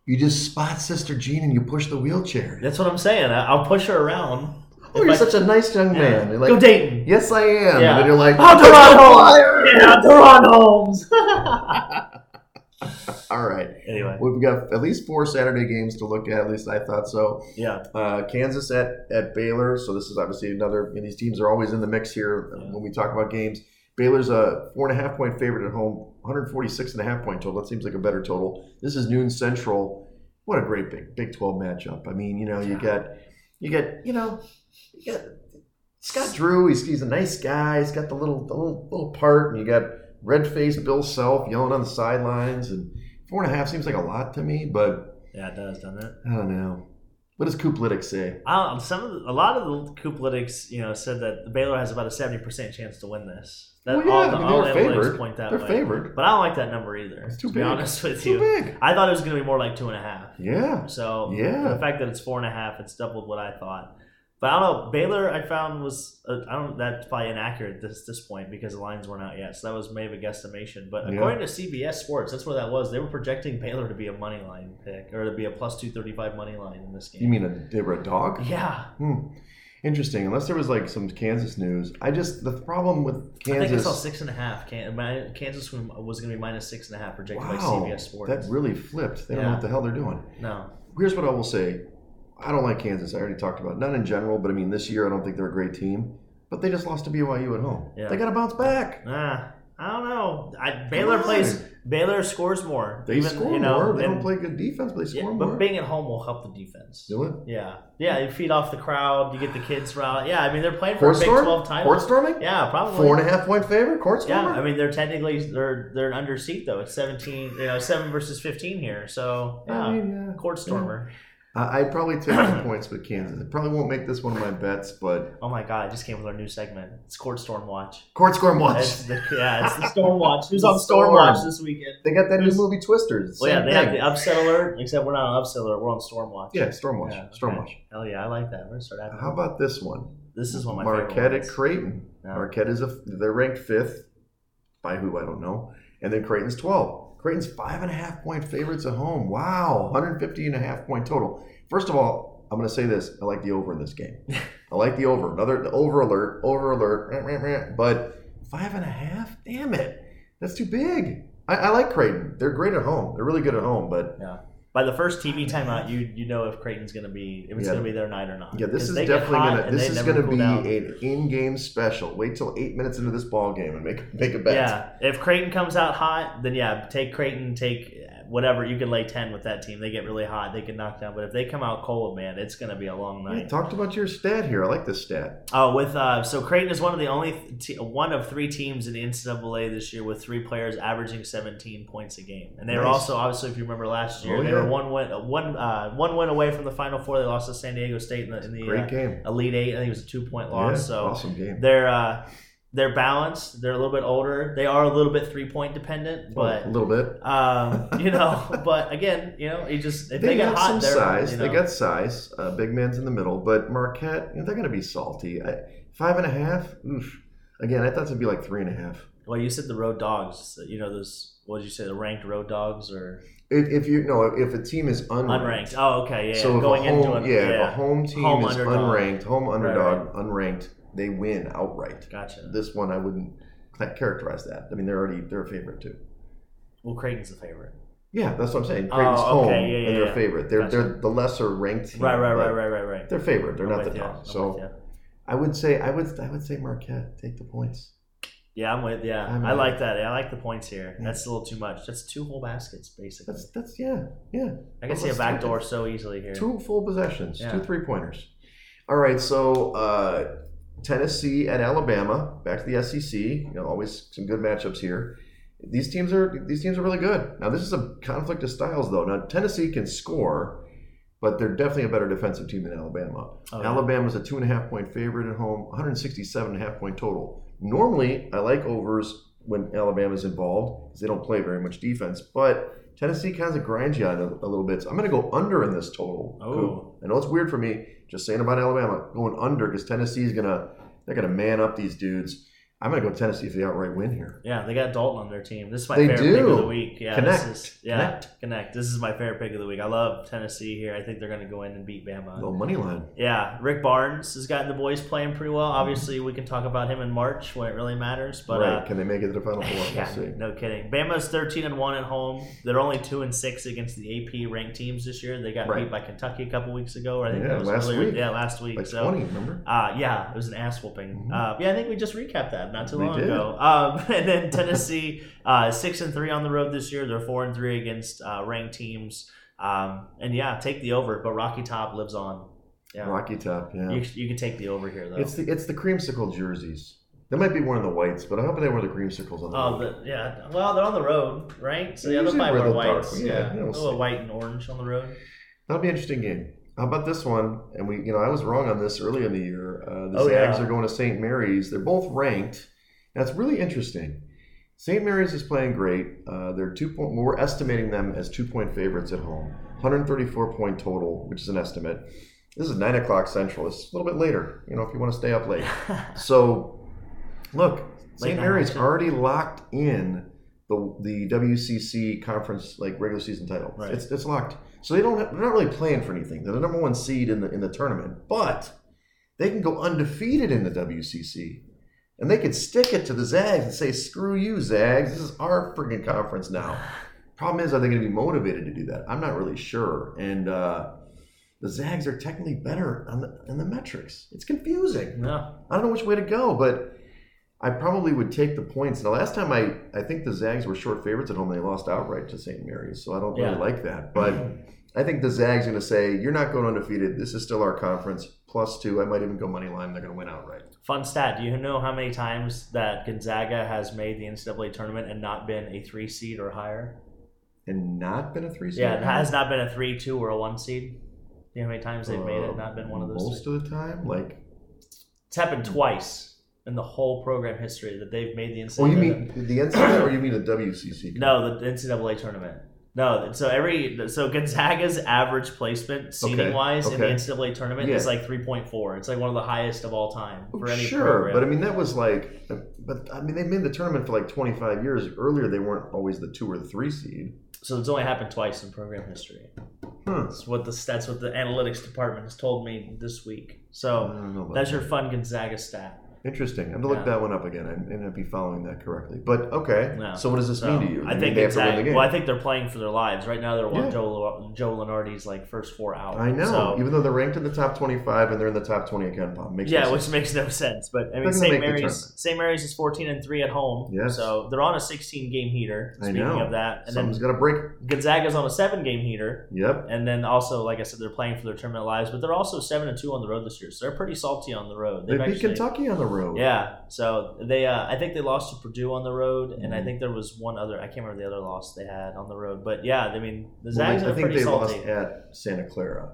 You just spot Sister Jean and you push the wheelchair. That's what I'm saying. I- I'll push her around. oh, If you're I- such a nice young man. You're like, go Dayton. Yes, I am. Yeah. And then you're like, Oh, "Put the Toronto! flyer!" Yeah, Deron Holmes. All right. anyway, We've got at least four Saturday games to look at. At least I thought so. yeah, Uh, Kansas at, at Baylor. So this is obviously another. And these teams are always in the mix here uh, Yeah. when we talk about games. Baylor's a four and a half point favorite at home. 146 and a half point total. That seems like a better total. This is noon Central. What a great big Big 12 matchup. I mean, you know, you Yeah. got you got you know you got Scott Drew. He's, he's a nice guy. He's got the little the little little part, and you got red faced Bill Self yelling on the sidelines. And four and a half seems like a lot to me, but yeah, it does, doesn't it? I don't know. What does Kuplitic say? Um, some of the, a lot of the Kuplitics, you know, said that Baylor has about a seventy percent chance to win this. That Well, yeah, all I the mean, all they're analytics favored. point that They're way. favored. But I don't like that number either. It's too to big. be honest with Too you, big. I thought it was going to be more like two and a half. Yeah. So Yeah. the fact that it's four and a half, it's doubled what I thought. But I don't know. Baylor, I found was uh, I don't that's probably inaccurate at this this point because the lines weren't out yet. So that was maybe a guesstimation. But Yeah. according to CBS Sports, that's where that was. They were projecting Baylor to be a money line pick or to be a plus two thirty five money line in this game. You mean a, they were a dog? yeah, Hmm. Interesting. Unless there was like some Kansas news. I just the problem with I think I saw Kansas. six and a half. Can- my- Kansas was going to be minus six and a half projected by Wow, CBS Sports. that really flipped. They don't know Yeah. what the hell they're doing. no, here's what I will say. I don't like Kansas. I already talked about it. not in general, but I mean this year I don't think they're a great team. But they just lost to BYU at home. Yeah. They got to bounce back. ah, I don't know. I, Baylor on. plays. Baylor scores more. They Even, score you know, more. They don't and- play good defense, but they Yeah, score more. but being at home will help the defense. Do it. Yeah, yeah, you feed off the crowd. You get the kids around. Yeah, I mean they're playing for Court a Big storm? Twelve title. Court storming. Yeah, probably. Four and a half point favorite. Court Yeah, storming. I mean they're technically they're they're an under seat though. It's seventeen, you know, seven versus fifteen here. So yeah, I mean, yeah. court stormer. I- I'd probably take some points with Kansas. I probably won't make this one of my bets, but Oh my god, I just came with our new segment. It's court storm watch. court storm watch. It's the, yeah, it's the storm watch. Who's on The storm storm. watch this weekend? They got that new There's- movie Twisters. Well, yeah, Same they have thing. the upset alert. Except we're not on upset alert. We're on storm watch. yeah, storm watch. Yeah, Storm okay. watch. Hell yeah, I like that. We're gonna start having. How about this one? this is one of my Marquette favorite at ones. Creighton. Yeah. Marquette is a they're ranked fifth by who I don't know, and then Creighton's twelve. Creighton's five and a half point favorites at home. Wow, 150 and a half point total. First of all, I'm going to say this: I like the over in this game. I like the over. Another the over alert, over alert. rah, rah, rah. But five and a half, damn it, that's too big. I, I like Creighton. They're great at home. They're really good at home, but Yeah. by the first TV timeout, you you know if Creighton's going to be if it's Yeah. going to be their night or not. Yeah, this 'Cause is they get definitely hot gonna and this they is never gonna cool be down. an in-game special. Wait till eight minutes into this ball game and make make a bet. Yeah, if Creighton comes out hot, then yeah, take Creighton, take whatever. You can lay ten with that team. They get really hot, they can knock down. But if they come out cold, man, it's going to be a long You night. talked about your stat here. I like this stat. Uh, with uh, so Creighton is one of the only t- one of three teams in the NCAA this year with three players averaging 17 points a game, and they were Nice. also obviously if you remember last year Oh, they yeah. were one win one uh, one win away from the Final Four. They lost to San Diego State in the, in the Great uh, game. Elite Eight. I think it was a two point Yeah, loss. so awesome game. they're uh, they're balanced. They're a little bit older. They are a little bit three point dependent, but a little bit. um, you know, but again, you know, it just if They, they, get got hot, some they're, size. You know, They got size. Uh, big man's in the middle, but Marquette, you know, they're going to be salty. I, five and a half. Oof. Again, I thought it'd be like three and a half. well, you said the road dogs. You know those. What did you say? The ranked road dogs or If, if you no, if a team is unranked, unranked? Oh, okay, yeah. so if going a home, into it, yeah, if a home team Home is underdog. unranked, home underdog, right. unranked, they win outright. gotcha. This one, I wouldn't cla- characterize that. I mean, they're already they're a favorite too. well, Creighton's the favorite. Yeah, that's what I'm saying. Oh, Creighton's okay, home, yeah, yeah, and they're yeah. a favorite. They're Gotcha. they're the lesser ranked team. Right, right, but right, right, right, right. They're favorite. They're I'm not with the ya. top. I'm So with ya. I would say I would I would say Marquette take the points. yeah, I'm with yeah. I'm i with like that. I like the points here. Yeah. That's a little too much. That's two whole baskets basically. That's that's yeah yeah I can see a let's back do it. door so easily here. two full possessions Yeah. two three pointers. All right, so uh, Tennessee at Alabama back to the SEC. You know, always some good matchups here. These teams are these teams are really good. Now this is a conflict of styles though. Now Tennessee can score, but they're definitely a better defensive team than Alabama. Oh, yeah. Alabama's a two and a half point favorite at home, 167 and a half point total. Normally, I like overs when Alabama's involved because they don't play very much defense, but Tennessee kind of grinds you out a, a little bit. So I'm going to go under in this total. Oh. Coop. I know it's weird for me just saying about Alabama going under because Tennessee's going to they're going to man up these dudes. I'm going to go Tennessee for the outright win here. Yeah, they got Dalton on their team. This is my They favorite pick of the do. week. Yeah, Connect. This is, yeah, connect. This is my favorite pick of the week. I love Tennessee here. I think they're going to go in and beat Bama. Low money line. Yeah, Rick Barnes has gotten the boys playing pretty well. Obviously, we can talk about him in March when it really matters. But right? uh, Can they make it to the final four? yeah, We'll see. no kidding. Bama's thirteen and one at home. They're only two and six against the AP ranked teams this year. They got Right. beat by Kentucky a couple weeks ago. Or I think Yeah, that was last earlier. week. Yeah, last week. Like so 20, remember? uh, yeah, it was an ass whooping. Mhm. Uh, yeah, I think we just recapped that not too We long did. ago. Um, and then Tennessee, uh, six and three on the road this year. They're four and three against uh, ranked teams. Um, and yeah, take the over. But Rocky Top lives on. Yeah, Rocky Top. Yeah. you, you can take the over here though. It's the it's the creamsicle jerseys. They might be one of the whites, but I hope they wear the creamsicles on the. Oh, road. the, yeah. Well, they're on the road, right? So They yeah, they'll usually probably wear wear the dark whites. one. Yeah, Yeah, Oh, yeah, a we'll little see. white and orange on the road. That'll be an interesting game. How about this one? And we, you know, I was wrong on this early in the year. Uh, the Oh, Zags yeah. are going to St. Mary's. They're both ranked. That's really interesting. St. Mary's is playing great. Uh, they're two point. We're estimating them as two point favorites at home. 134 point total, which is an estimate. This is nine o'clock central. It's a little bit later. You know, if you want to stay up late. So, look, St. Late night Mary's action. already locked in the the WCC conference like regular season title. Right. It's it's locked. So they don't have, they're not really playing for anything. They're the number one seed in the in the tournament, but they can go undefeated in the WCC. And they could stick it to the Zags and say, "Screw you, Zags! This is our freaking conference now." Problem is, are they going to be motivated to do that? I'm not really sure. And uh, the Zags are technically better on the, on the metrics. It's confusing. No, I don't know which way to go, but I probably would take the points. Now, last time I, I think the Zags were short favorites at home. They lost outright to St. Mary's, so I don't Yeah. really like that. But I think the Zags are going to say, you're not going undefeated. This is still our conference. Plus two. I might even go money line. They're going to win outright. fun stat. Do you know how many times that Gonzaga has made the NCAA tournament and not been a three seed or higher? And not been a three seed. Yeah, it has not been a three, two, or a one seed. Do you know how many times they've made Uh, it? Not been one of those. Most Three. of the time? Like, It's happened twice in the whole program history that they've made the NCAA. oh, you mean the NCAA or you mean the WCC? no the NCAA tournament? No, so every so Gonzaga's average placement seeding wise in the okay. NCAA tournament Yeah. is like three point four. It's like one of the highest of all time for any Oh, sure, program. but I mean that was like, but I mean they made the tournament for like 25 years. Earlier they weren't always the two or the three seed. so it's only happened twice in program history. Hmm. That's what the that's what the analytics department has told me this week. So I don't know about that's your fun Gonzaga stat. Interesting. I'm gonna look Yeah. that one up again. I may not be following that correctly, but okay. Yeah. So what does this So, mean to you? I You think mean they have it's to win the that- game. well, I think they're playing for their lives right now. They're one Yeah. Joe Joe Lenardi's like first four hours. I know. So- Even though they're ranked in the top 25 and they're in the top 20 at Ken Palm, makes no yeah, sense. which makes no sense. But I gonna mean, St. make the Mary's tournament. St. Mary's is fourteen and three at home. Yes. So they're on a sixteen game heater. I Speaking know. of that, and Something's got to break. then Gonzaga's on a seven game heater. Yep. And then also, like I said, they're playing for their tournament lives, but they're also seven and two on the road this year, so they're pretty salty on the road. They They've beat actually- Kentucky on the road. Yeah, so they, uh, I think they lost to Purdue on the road, and I Mhm. think there was one other. I can't remember the other loss they had on the road, but yeah, I mean, Well, they- the Zags I are think pretty they salty. lost at Santa Clara.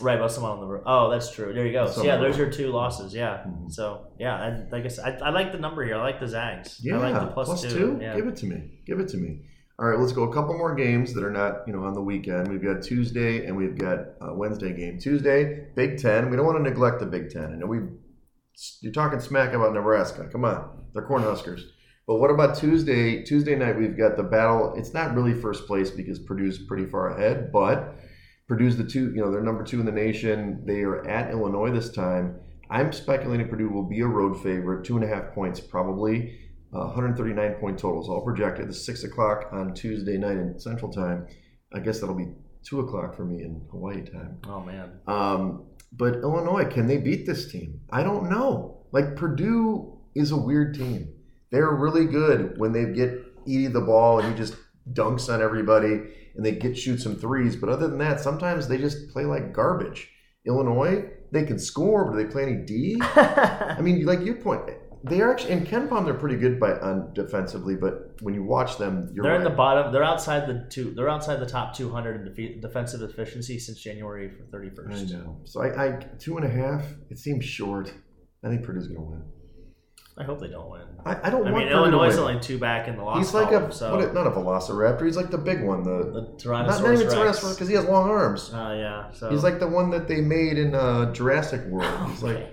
Right, but someone on the road. Oh, that's true. There you go. So, Someone yeah, on the those are two losses. Yeah. Mhm. So yeah, and like I said, I, I like the number here. I like the Zags. Yeah, I like the plus, plus two. Yeah. Give it to me. Give it to me. All right, let's go. A couple more games that are not, you know, on the weekend. We've got Tuesday and we've got a Wednesday game. Tuesday, Big Ten. We don't want to neglect the Big Ten. I know we you're talking smack about Nebraska. Come on, they're Cornhuskers. But what about Tuesday? Tuesday night we've got the battle. It's not really first place because Purdue's pretty far ahead, but Purdue's the two. You know, they're number two in the nation. They are at Illinois this time. I'm speculating Purdue will be a road favorite, two and a half points probably. Uh, 139 point totals, all projected. It's six o'clock on Tuesday night in Central Time. I guess that'll be two o'clock for me in Hawaii time. Oh man. Um, but Illinois, can they beat this team? I don't know. Like Purdue is a weird team. They're really good when they get Edie the ball and he just dunks on everybody and they get shoot some threes. But other than that, sometimes they just play like garbage. Illinois, they can score, but do they play any D? I mean, like your point, they are actually in Ken Palm. They're pretty good by on defensively, but when you watch them, you're they're in right. the bottom. They're outside the two. They're outside the top 200 in defe- defensive efficiency since January 31st. I know. So I, I two and a half. It seems short. I think Purdue's going to win. I hope they don't win. I, I don't I want mean, Purdue to Illinois is win. only two back in the loss. He's like column, a so what, not a velociraptor. He's like the big one. The, the not, Tyrannosaurus not even Rex. Tyrannosaurus because he has long arms. Uh, yeah. So He's like the one that they made in uh, Jurassic Oh, World. He's like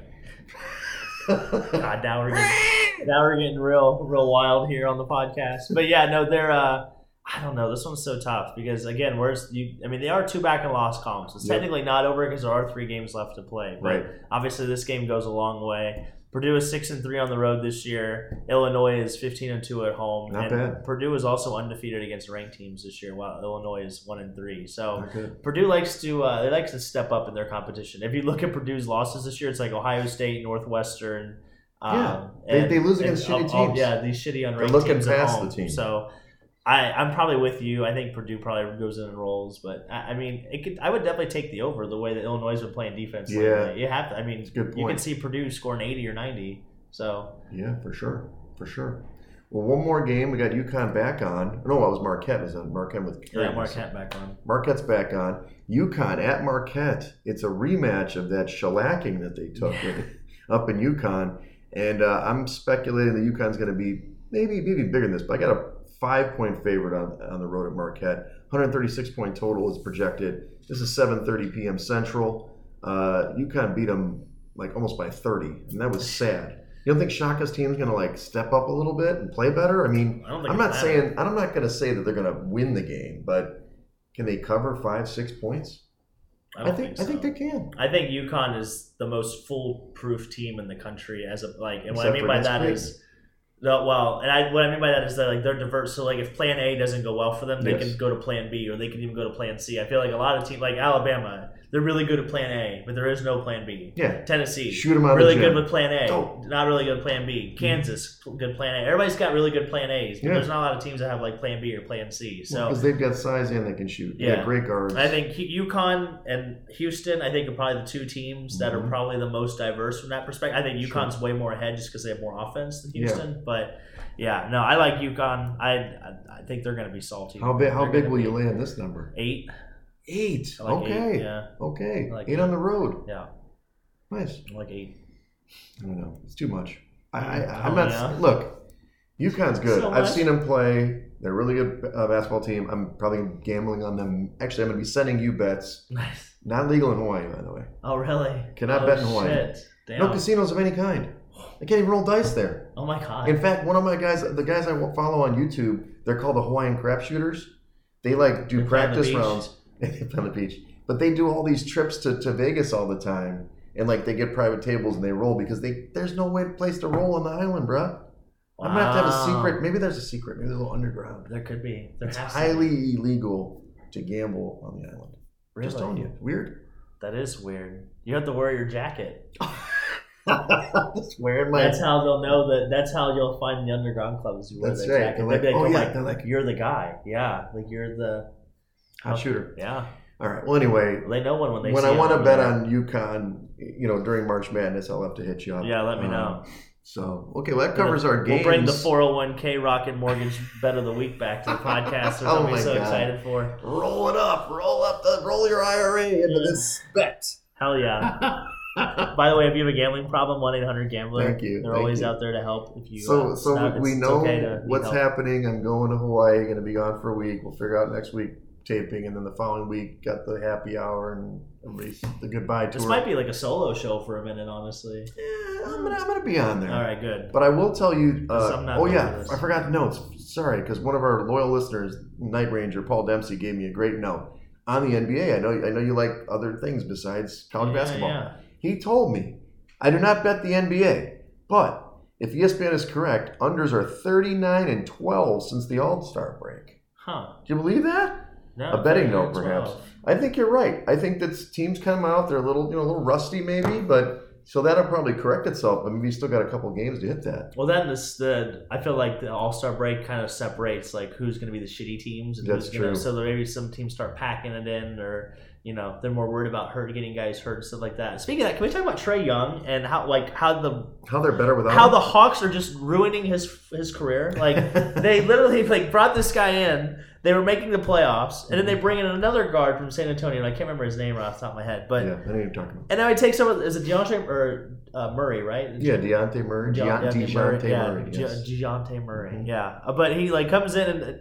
God, now we're getting, now we're getting real real wild here on the podcast. But yeah, no, they're uh, I don't know. This one's so tough because again, where's you? I mean, they are two back in loss columns. It's Yep. technically not over because there are three games left to play. But right. Obviously, this game goes a long way. Purdue is six and three on the road this year. Illinois is fifteen and two at home. Not and bad. Purdue is also undefeated against ranked teams this year, while Illinois is one and three. So Okay. Purdue likes to uh, they likes to step up in their competition. If you look at Purdue's losses this year, it's like Ohio State, Northwestern. Um, Yeah, they- and- they lose and against all- shitty all- teams. yeah, these shitty unranked looking teams at past home. the team. So I, I'm probably with you. I think Purdue probably goes in and rolls, but I, I mean, it could, I would definitely take the over the way that Illinois has been playing defense. lately. Yeah. you have to. I mean, a good you can point. see Purdue scoring 80 or 90. So Yeah, for sure, for sure. Well, one more game. We got UConn back on. No, it was Marquette. It was on Marquette with yeah, Kansas. Marquette back on. Marquette's back on. UConn at Marquette. It's a rematch of that shellacking that they took in- up in UConn. And uh, I'm speculating that UConn's going to be maybe maybe bigger than this, but I got a five point favorite on, on the road at Marquette. 136 point total is projected. This is 7:30 p.m. Central. Uh, UConn beat them like almost by 30, and that was sad. You don't think Shaka's team's going to like step up a little bit and play better? I mean, I don't think I'm it not matters. saying I'm not going to say that they're going to win the game, but can they cover five, six points? I, don't think, so. I think they can. I think UConn is the most foolproof team in the country as a like, and what Except I mean for by next that week. is no, well, and I what I mean by that is that like they're diverse. So like if Plan A doesn't go well for them, they Yes. can go to Plan B or they can even go to Plan C. I feel like a lot of teams like Alabama, they're really good at Plan A, but there is no Plan B. Yeah, Tennessee, shoot Oh. them out. really of the good gym. with Plan A, Go. not really good with Plan B. Kansas, good Plan A. Everybody's got really good Plan A's, but Mm-hmm. Yeah. there's not a lot of teams that have like Plan B or Plan C. So because they've got size and they can shoot. They Yeah. got great guards. I think Hu- UConn and Houston, I think, are probably the two teams that are Mhm. probably the most diverse from that perspective. I think Sure. UConn's way more ahead just because they have more offense than Yeah. Houston. But yeah, no, I like UConn. I I- I think they're going to be salty. how big? How They're big gonna will you be lay on this number? Eight. Eight. I like okay. Eight. Yeah, Okay. I like eight eight. on the road. yeah, Nice. I like eight. I don't know. It's too much. I, I Oh, I'm not. yeah. Look, UConn's good. So I've much. seen them play. They're a really good uh, basketball team. I'm probably gambling on them. Actually, I'm going to be sending you bets. Nice. Not legal in Hawaii, by the way. Oh really? Cannot oh, bet in Hawaii. Shit. Damn. No casinos of any kind. I can't even roll dice there. oh my god. In fact, one of my guys, the guys I follow on YouTube, they're called the Hawaiian crap shooters. They like do They play on the practice beach. rounds They play on the beach, but they do all these trips to, to Vegas all the time. and like they get private tables and they roll because they there's no way place to roll on the island, bruh. I'm gonna have to have a Wow. secret. Maybe there's a secret. Maybe there's a little underground. There could be. There It's has to be. highly illegal to gamble on the island. Just Really? telling you, it's weird. That is weird. You have to wear your jacket. Just wearing my. That's how they'll know that. That's how you'll find the underground club is you wear That's their right. jacket. They're They'll be like, "Oh, yeah." like, They're like- you're the guy. Yeah, like you're the Hot shooter. Yeah, All right. Well, anyway, they know one when they. when see I him. want to bet on UConn, you know, during March Madness, I'll have to hit you up. Yeah, let me Um, know. So okay, well, that covers our games. We'll bring the 401k Rocket Mortgage bet of the week back to the podcast, which Oh I'm my so God. excited for. Roll it up, roll up the, roll your IRA into this bet. Hell yeah! By the way, if you have a gambling problem, one eight hundred Gambler. Thank you, They're thank always you. out there to help. If you uh, So, it's so not- we it's- it's know okay to need what's help. happening. I'm going to Hawaii. Going to be gone for a week. We'll figure out next week taping, and then the following week got the happy hour and everybody's the goodbye tour. This might be like a solo show for a minute, honestly. Yeah, I'm gonna, I'm gonna be on there. All right, good. But I will tell you. Yes, I'm Uh, not oh going to yeah, this. I forgot notes. Sorry, because one of our loyal listeners, Night Ranger Paul Dempsey, gave me a great note on the NBA. I know. I know you like other things besides college Yeah, basketball. yeah. He told me, I do not bet the NBA, but if E ESPN is correct, unders are 39 and 12 since the All Star break. Huh? Do you believe that? No, A betting note, 12. perhaps. I think you're right. I think that teams come out, they're a little, you know, a little rusty maybe, but so that'll probably correct itself. But maybe you still got a couple games to hit that. Well, then this the I feel like the All Star break kind of separates like who's going to be the shitty teams and That's who's going true. to. So there maybe some teams start packing it in, or you know they're more worried about hurt getting guys hurt and stuff like that. Speaking of that, can we talk about Trey Young and how like how the How they're better without how him. the Hawks are just ruining his his career? Like they literally like brought this guy in. They were making the playoffs, and then Mm-hmm. they bring in another guard from San Antonio. And I can't remember his name right off the top of my head, but yeah, I know you're talking about. and now he takes over. Is it DeAndre or uh, Murray? Right? Yeah, Deontay Murray. Deont- Deontay Dejounte Murray, Murray. yeah, yes. Ge- Dejounte Murray, Mhm. yeah. Uh, But he like comes in and uh,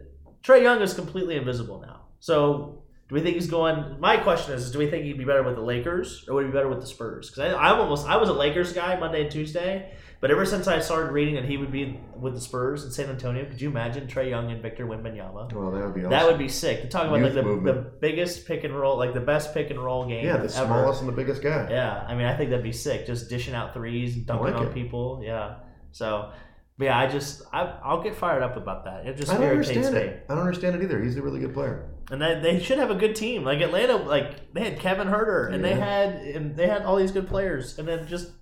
Trey Young is completely invisible now. So do we think he's going? My question is, do we think he'd be better with the Lakers or would he be better with the Spurs? Because I, I almost I was a Lakers guy Monday and Tuesday, but ever since I started reading that he would be with the Spurs in San Antonio, could you imagine Trey Young and Victor Wembanyama? Well, that would be awesome. That would be sick. To talk about like Youth the, the movement. biggest pick and roll, like the best pick and roll game. yeah, the ever. smallest and the biggest guy. Yeah, I mean, I think that'd be sick. Just dishing out threes and dunking I like on it. people. Yeah. So, but yeah, I just I, I'll get fired up about that. It just I don't irritates understand me. it. I don't understand it either. He's a really good player. And they, they should have a good team. Like Atlanta, like they had Kevin Herter and they Yeah. had and they had all these good players, and then just.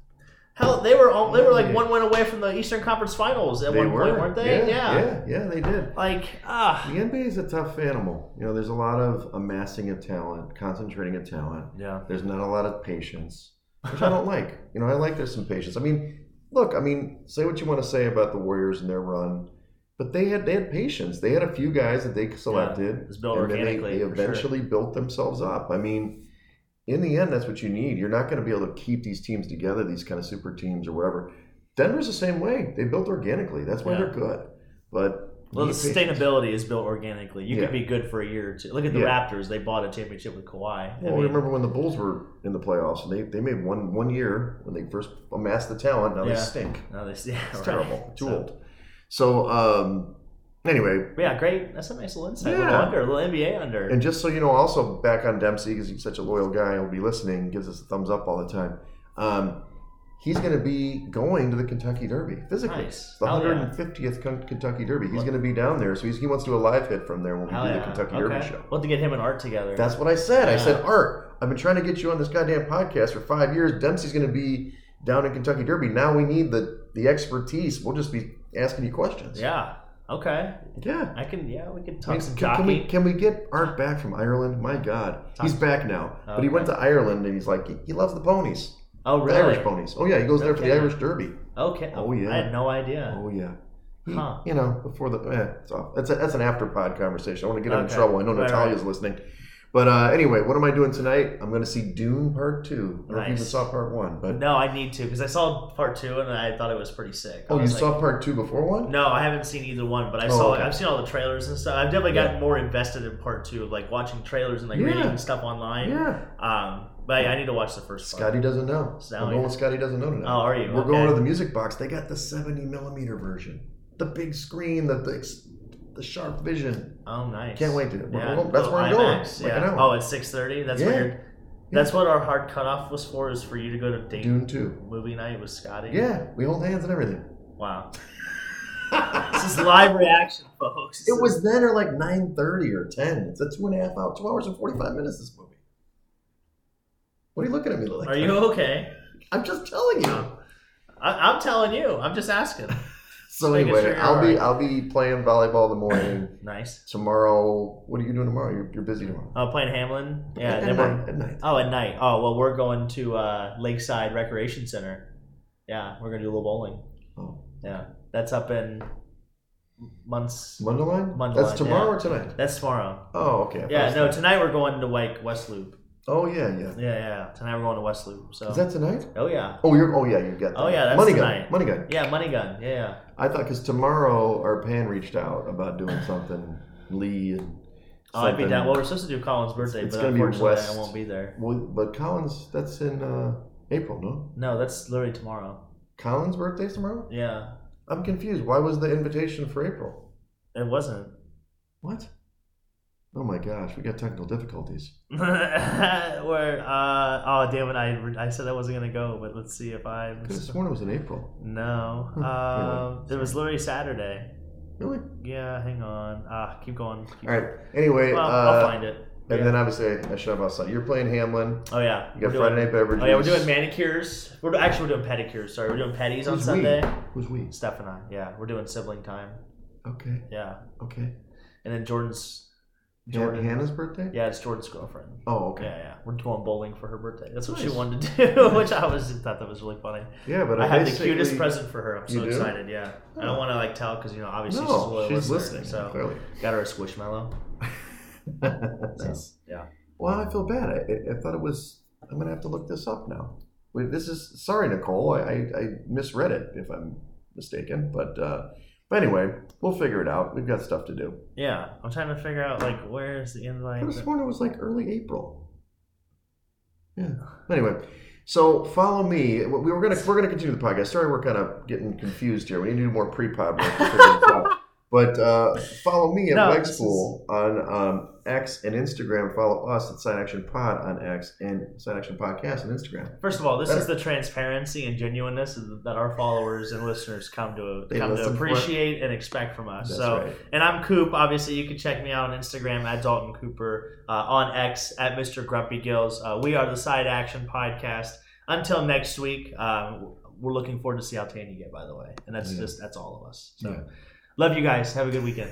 Hell, they were all, they were like Yeah. one win away from the Eastern Conference Finals at one point, weren't they? Yeah, yeah, yeah, they did. Like ah, The NBA is a tough animal. You know, there's a lot of amassing of talent, concentrating of talent. yeah, There's not a lot of patience, which I don't like. You know, I like there's some patience. I mean, look, I mean, say what you want to say about the Warriors and their run, but they had they had patience. They had a few guys that they selected. It's built and then they, organically. they for sure. eventually built themselves up. I mean, in the end, that's what you need. You're not going to be able to keep these teams together, these kind of super teams or whatever. Denver's the same way. They built organically. That's why Yeah. they're good. But Well, the need patience. sustainability is built organically. You could Yeah. be good for a year or two. Look at the Yeah. Raptors; they bought a championship with Kawhi. Well, I mean, remember when the Bulls were in the playoffs and they, they made one one year when they first amassed the talent. Now Yeah. they stink. no, they, yeah, It's right. terrible. Too So- old. So um, anyway, But yeah, great. That's a nice little insight. A Yeah. little under, a little NBA under. And just so you know, also back on Dempsey because he's such a loyal guy, he'll be listening, gives us a thumbs up all the time. Um, he's going to be going to the Kentucky Derby physically. Nice. The Hell yeah. 150th Ken- Kentucky Derby. He's going to be down there, so he's, he wants to do a live hit from there when we Hell do yeah. the Kentucky Derby Okay. show. We'll have to get him and Art together. That's what I said. I Yeah. said, Art, I've been trying to get you on this goddamn podcast for five years. Dempsey's going to be down in Kentucky Derby. Now we need the the expertise. We'll just be asking you questions. yeah. Okay. Yeah. I can. Yeah, we can I talk mean, some can, can we jockey. can we get Art back from Ireland? My God, he's back now. But he Okay. went to Ireland and he's like he, he loves the ponies, Oh, the really? Irish ponies. Oh yeah, he goes there for the Okay. Irish Derby. Okay. Oh, yeah. I had no idea. Oh yeah. He- Huh. You know, before the eh, so that's a, that's an after pod conversation. I want to get him Okay. in trouble. I know Right, Natalia's listening. But uh, anyway, what am I doing tonight? I'm going to see Dune Part Two. I don't know if you even Nice. saw Part One, but No, I need to because I saw part two and I thought it was pretty sick. I oh, you was like, saw Part Two before one? No, I haven't seen either one, but I Oh, saw okay. I've seen all the trailers and stuff. I've definitely Yeah. gotten more invested in part two of like watching trailers and like Yeah. reading stuff online. Yeah. Um, but I need to watch the first part. Scotty doesn't know. So now I'm we- going with Scotty doesn't know tonight. Oh, are you? We're Okay. going to the music box. They got the 70 millimeter version, the big screen, the the, the sharp vision. Oh, nice. Can't wait to. We're Yeah. going, that's where I'm Oh, going. IMAX, Like yeah. an hour. Oh, it's six thirty. That's Yeah. weird. That's what our hard cutoff was for, is for you to go to date Dune 2. movie night with Scotty. Yeah, we hold hands and everything. Wow. this is live reaction, folks. It was then or like 9.30 or 10. It's a two and a half hour, two hours and 45 minutes, this movie. What are you looking at me like? Are you okay? I'm just telling you. I, I'm telling you. I'm just asking. So Making anyway, sure you're I'll be alright. I'll be playing volleyball in the morning. Nice. tomorrow, what are you doing tomorrow? You're, you're busy tomorrow. Uh, playing Hamlin. Yeah. at, then we're- night, at night. Oh, at night. Oh, well, we're going to uh, Lakeside Recreation Center. Yeah, we're gonna do a little bowling. Oh. Yeah, that's up in months. Mundelein? Mundelein, That's tomorrow or tonight? That's tomorrow. Oh, okay. I Yeah, thought it no, was- tonight we're going to like West Loop. Oh, yeah, yeah. Yeah, yeah. Tonight we're going to West Loop. So. Is that tonight? oh yeah. Oh, you're. Oh, yeah, you got. That. Oh, yeah, that's money tonight. gun. Money gun. Yeah, Money Gun. Yeah, yeah. I thought because tomorrow our pan reached out about doing something. Lee and. Oh, I'd be something. down. Well, we're supposed to do Colin's birthday, It's but gonna be unfortunately, I West. won't be there. Well, but Collins, that's in uh, April, no? No, that's literally tomorrow. Collins' birthday's tomorrow. Yeah, I'm confused. Why was the invitation for April? it wasn't. What? Oh my gosh, we got technical difficulties. Where? Uh, oh, damn it! I, I said I wasn't gonna go, but let's see if I'm. Could have sworn it was in April. No. Hmm. Um, it was literally Saturday. Really? Yeah, hang on. Ah, keep going. Keep All right. Anyway, Well, uh, I'll find it. and Yeah. then obviously I should have outside. You're playing Hamlin. oh yeah. You we're got doing- Friday night beverages. Oh yeah, we're doing manicures. We're do- actually we're doing pedicures. Sorry, we're doing petties on Who's Sunday. Who's we? Steph and I. Yeah, we're doing sibling time. Okay. Yeah, Okay. and then Jordan's. Jordan Jordan. Hannah's birthday. Yeah, it's Jordan's girlfriend. Oh, okay. Yeah, yeah. We're going bowling for her birthday. That's what she Nice. wanted to do, which I was thought that was really funny. Yeah, but I had the basically- cutest present for her. I'm so You do? excited. Yeah, I don't Oh. want to like tell because you know obviously she's a No, loyal she's, listener, listening. So Clearly. got her a squishmallow. Nice. So, yeah. Well, I feel bad. I, I thought it was. I'm gonna have to look this up now. Wait, this is sorry, Nicole. I, I, I misread it if I'm mistaken. But uh, but anyway, we'll figure it out. We've got stuff to do. Yeah, I'm trying to figure out like where's the I invite. could have sworn it was like early April. Yeah. Anyway, so follow me. We were gonna we're gonna continue the podcast. Sorry, we're kind of getting confused here. We need to do more pre-pod work. to figure this out. But uh, follow me at No, Weg this School on um, X and Instagram. Follow us at Side Action Pod on X and Side Action Podcast on Instagram. First of all, this is the transparency and genuineness of- that our followers and listeners come to They come to listen for it. appreciate and expect from us. That's so, right. and I'm Coop. Obviously, you can check me out on Instagram at Dalton Cooper, uh, on X at Mr. Grumpy Gills. Uh, we are the Side Action Podcast. Until next week, um, we're looking forward to see how tan you get. By the way, and that's Yeah. just that's all of us. So, Yeah. love you guys. Have a good weekend.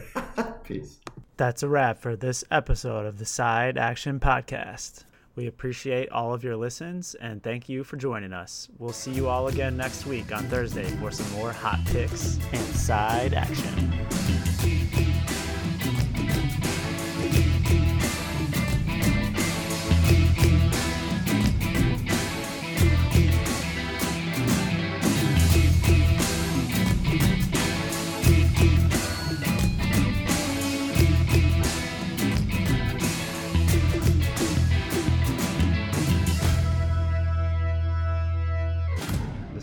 Peace. That's a wrap for this episode of the Side Action Podcast. We appreciate all of your listens and thank you for joining us. We'll see you all again next week on Thursday for some more hot picks and side action. The